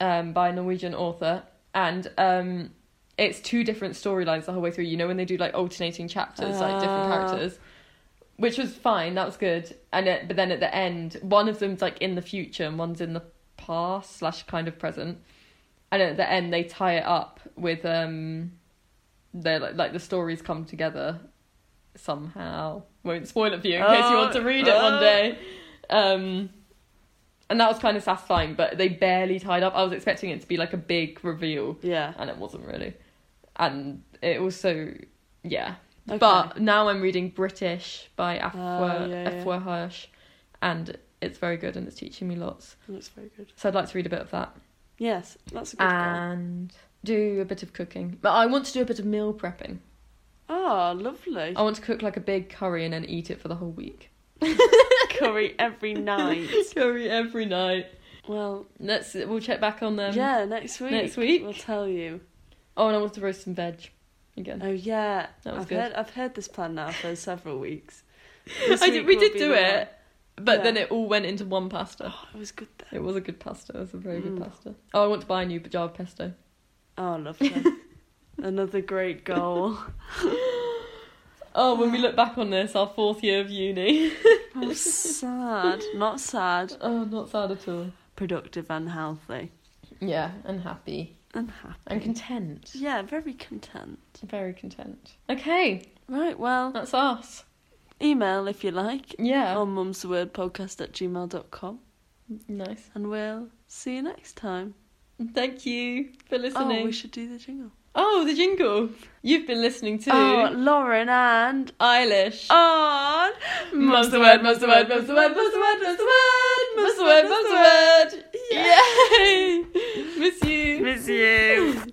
S1: um, by a Norwegian author, and um, it's two different storylines the whole way through. You know when they do like alternating chapters, like different
S2: Ah.
S1: characters, which was fine. That was good. And it, but then at the end, one of them's like in the future and one's in the past slash kind of present. And at the end, they tie it up with um, they like like the stories come together somehow. Won't spoil it for you in case you want to read it
S2: Uh,
S1: one day. Um, and that was kind of satisfying, but they barely tied up. I was expecting it to be like a big reveal,
S2: Yeah.
S1: and it wasn't really. And it also, yeah.
S2: Okay.
S1: But now I'm reading British by
S2: Oh,
S1: Afua
S2: yeah, yeah.
S1: Afua Hirsch, and it's very good and it's teaching me lots.
S2: That's very good.
S1: So I'd like to read a bit of that
S2: Yes, that's a good
S1: Ah.
S2: one.
S1: and do a bit of cooking. But I want to do a bit of meal prepping.
S2: Ah, lovely. *laughs*
S1: I want to cook like a big curry and then eat it for the whole week.
S2: Curry every night.
S1: *laughs* curry every night.
S2: Well,
S1: Let's we'll check back on them.
S2: yeah, next week.
S1: next week.
S2: We'll tell you.
S1: Oh, and I want to roast some veg again.
S2: Oh yeah,
S1: That was
S2: I've
S1: good.
S2: heard. I've heard this plan now for several
S1: *laughs*
S2: weeks. This
S1: *laughs* I
S2: week
S1: did, we
S2: will
S1: did
S2: be
S1: do
S2: the
S1: it, but
S2: Yeah.
S1: then it all went into one pasta.
S2: one. Oh, it was good though.
S1: It was a good pasta. It was a very good
S2: Mm.
S1: pasta. Oh, I want to buy a new jar of pesto.
S2: Oh, lovely.
S1: *laughs*
S2: Another great goal.
S1: Oh,
S2: *gasps*
S1: when we look back on this, our fourth year
S2: *laughs*
S1: of uni.
S2: Oh, sad. Not sad.
S1: oh, not sad at all.
S2: Productive and healthy.
S1: Yeah, and happy
S2: And happy.
S1: and content.
S2: yeah, very content.
S1: Very content. Okay,
S2: Right, well,
S1: that's us.
S2: email if you like.
S1: Yeah.
S2: On mumswordpodcast at gmail.com.
S1: nice.
S2: And we'll see you next time.
S1: Thank you for
S2: Oh,
S1: listening.
S2: we should do the jingle.
S1: Oh, the jingle. You've been listening to
S2: Oh, Lauren and on.
S1: Eilish. Oh, Mum's the word, mum's the word, mum's the word, mum's the word, mum's the word, mum's the word, mum's the word. Yay! *laughs* Miss
S2: Miss
S1: you.
S2: you.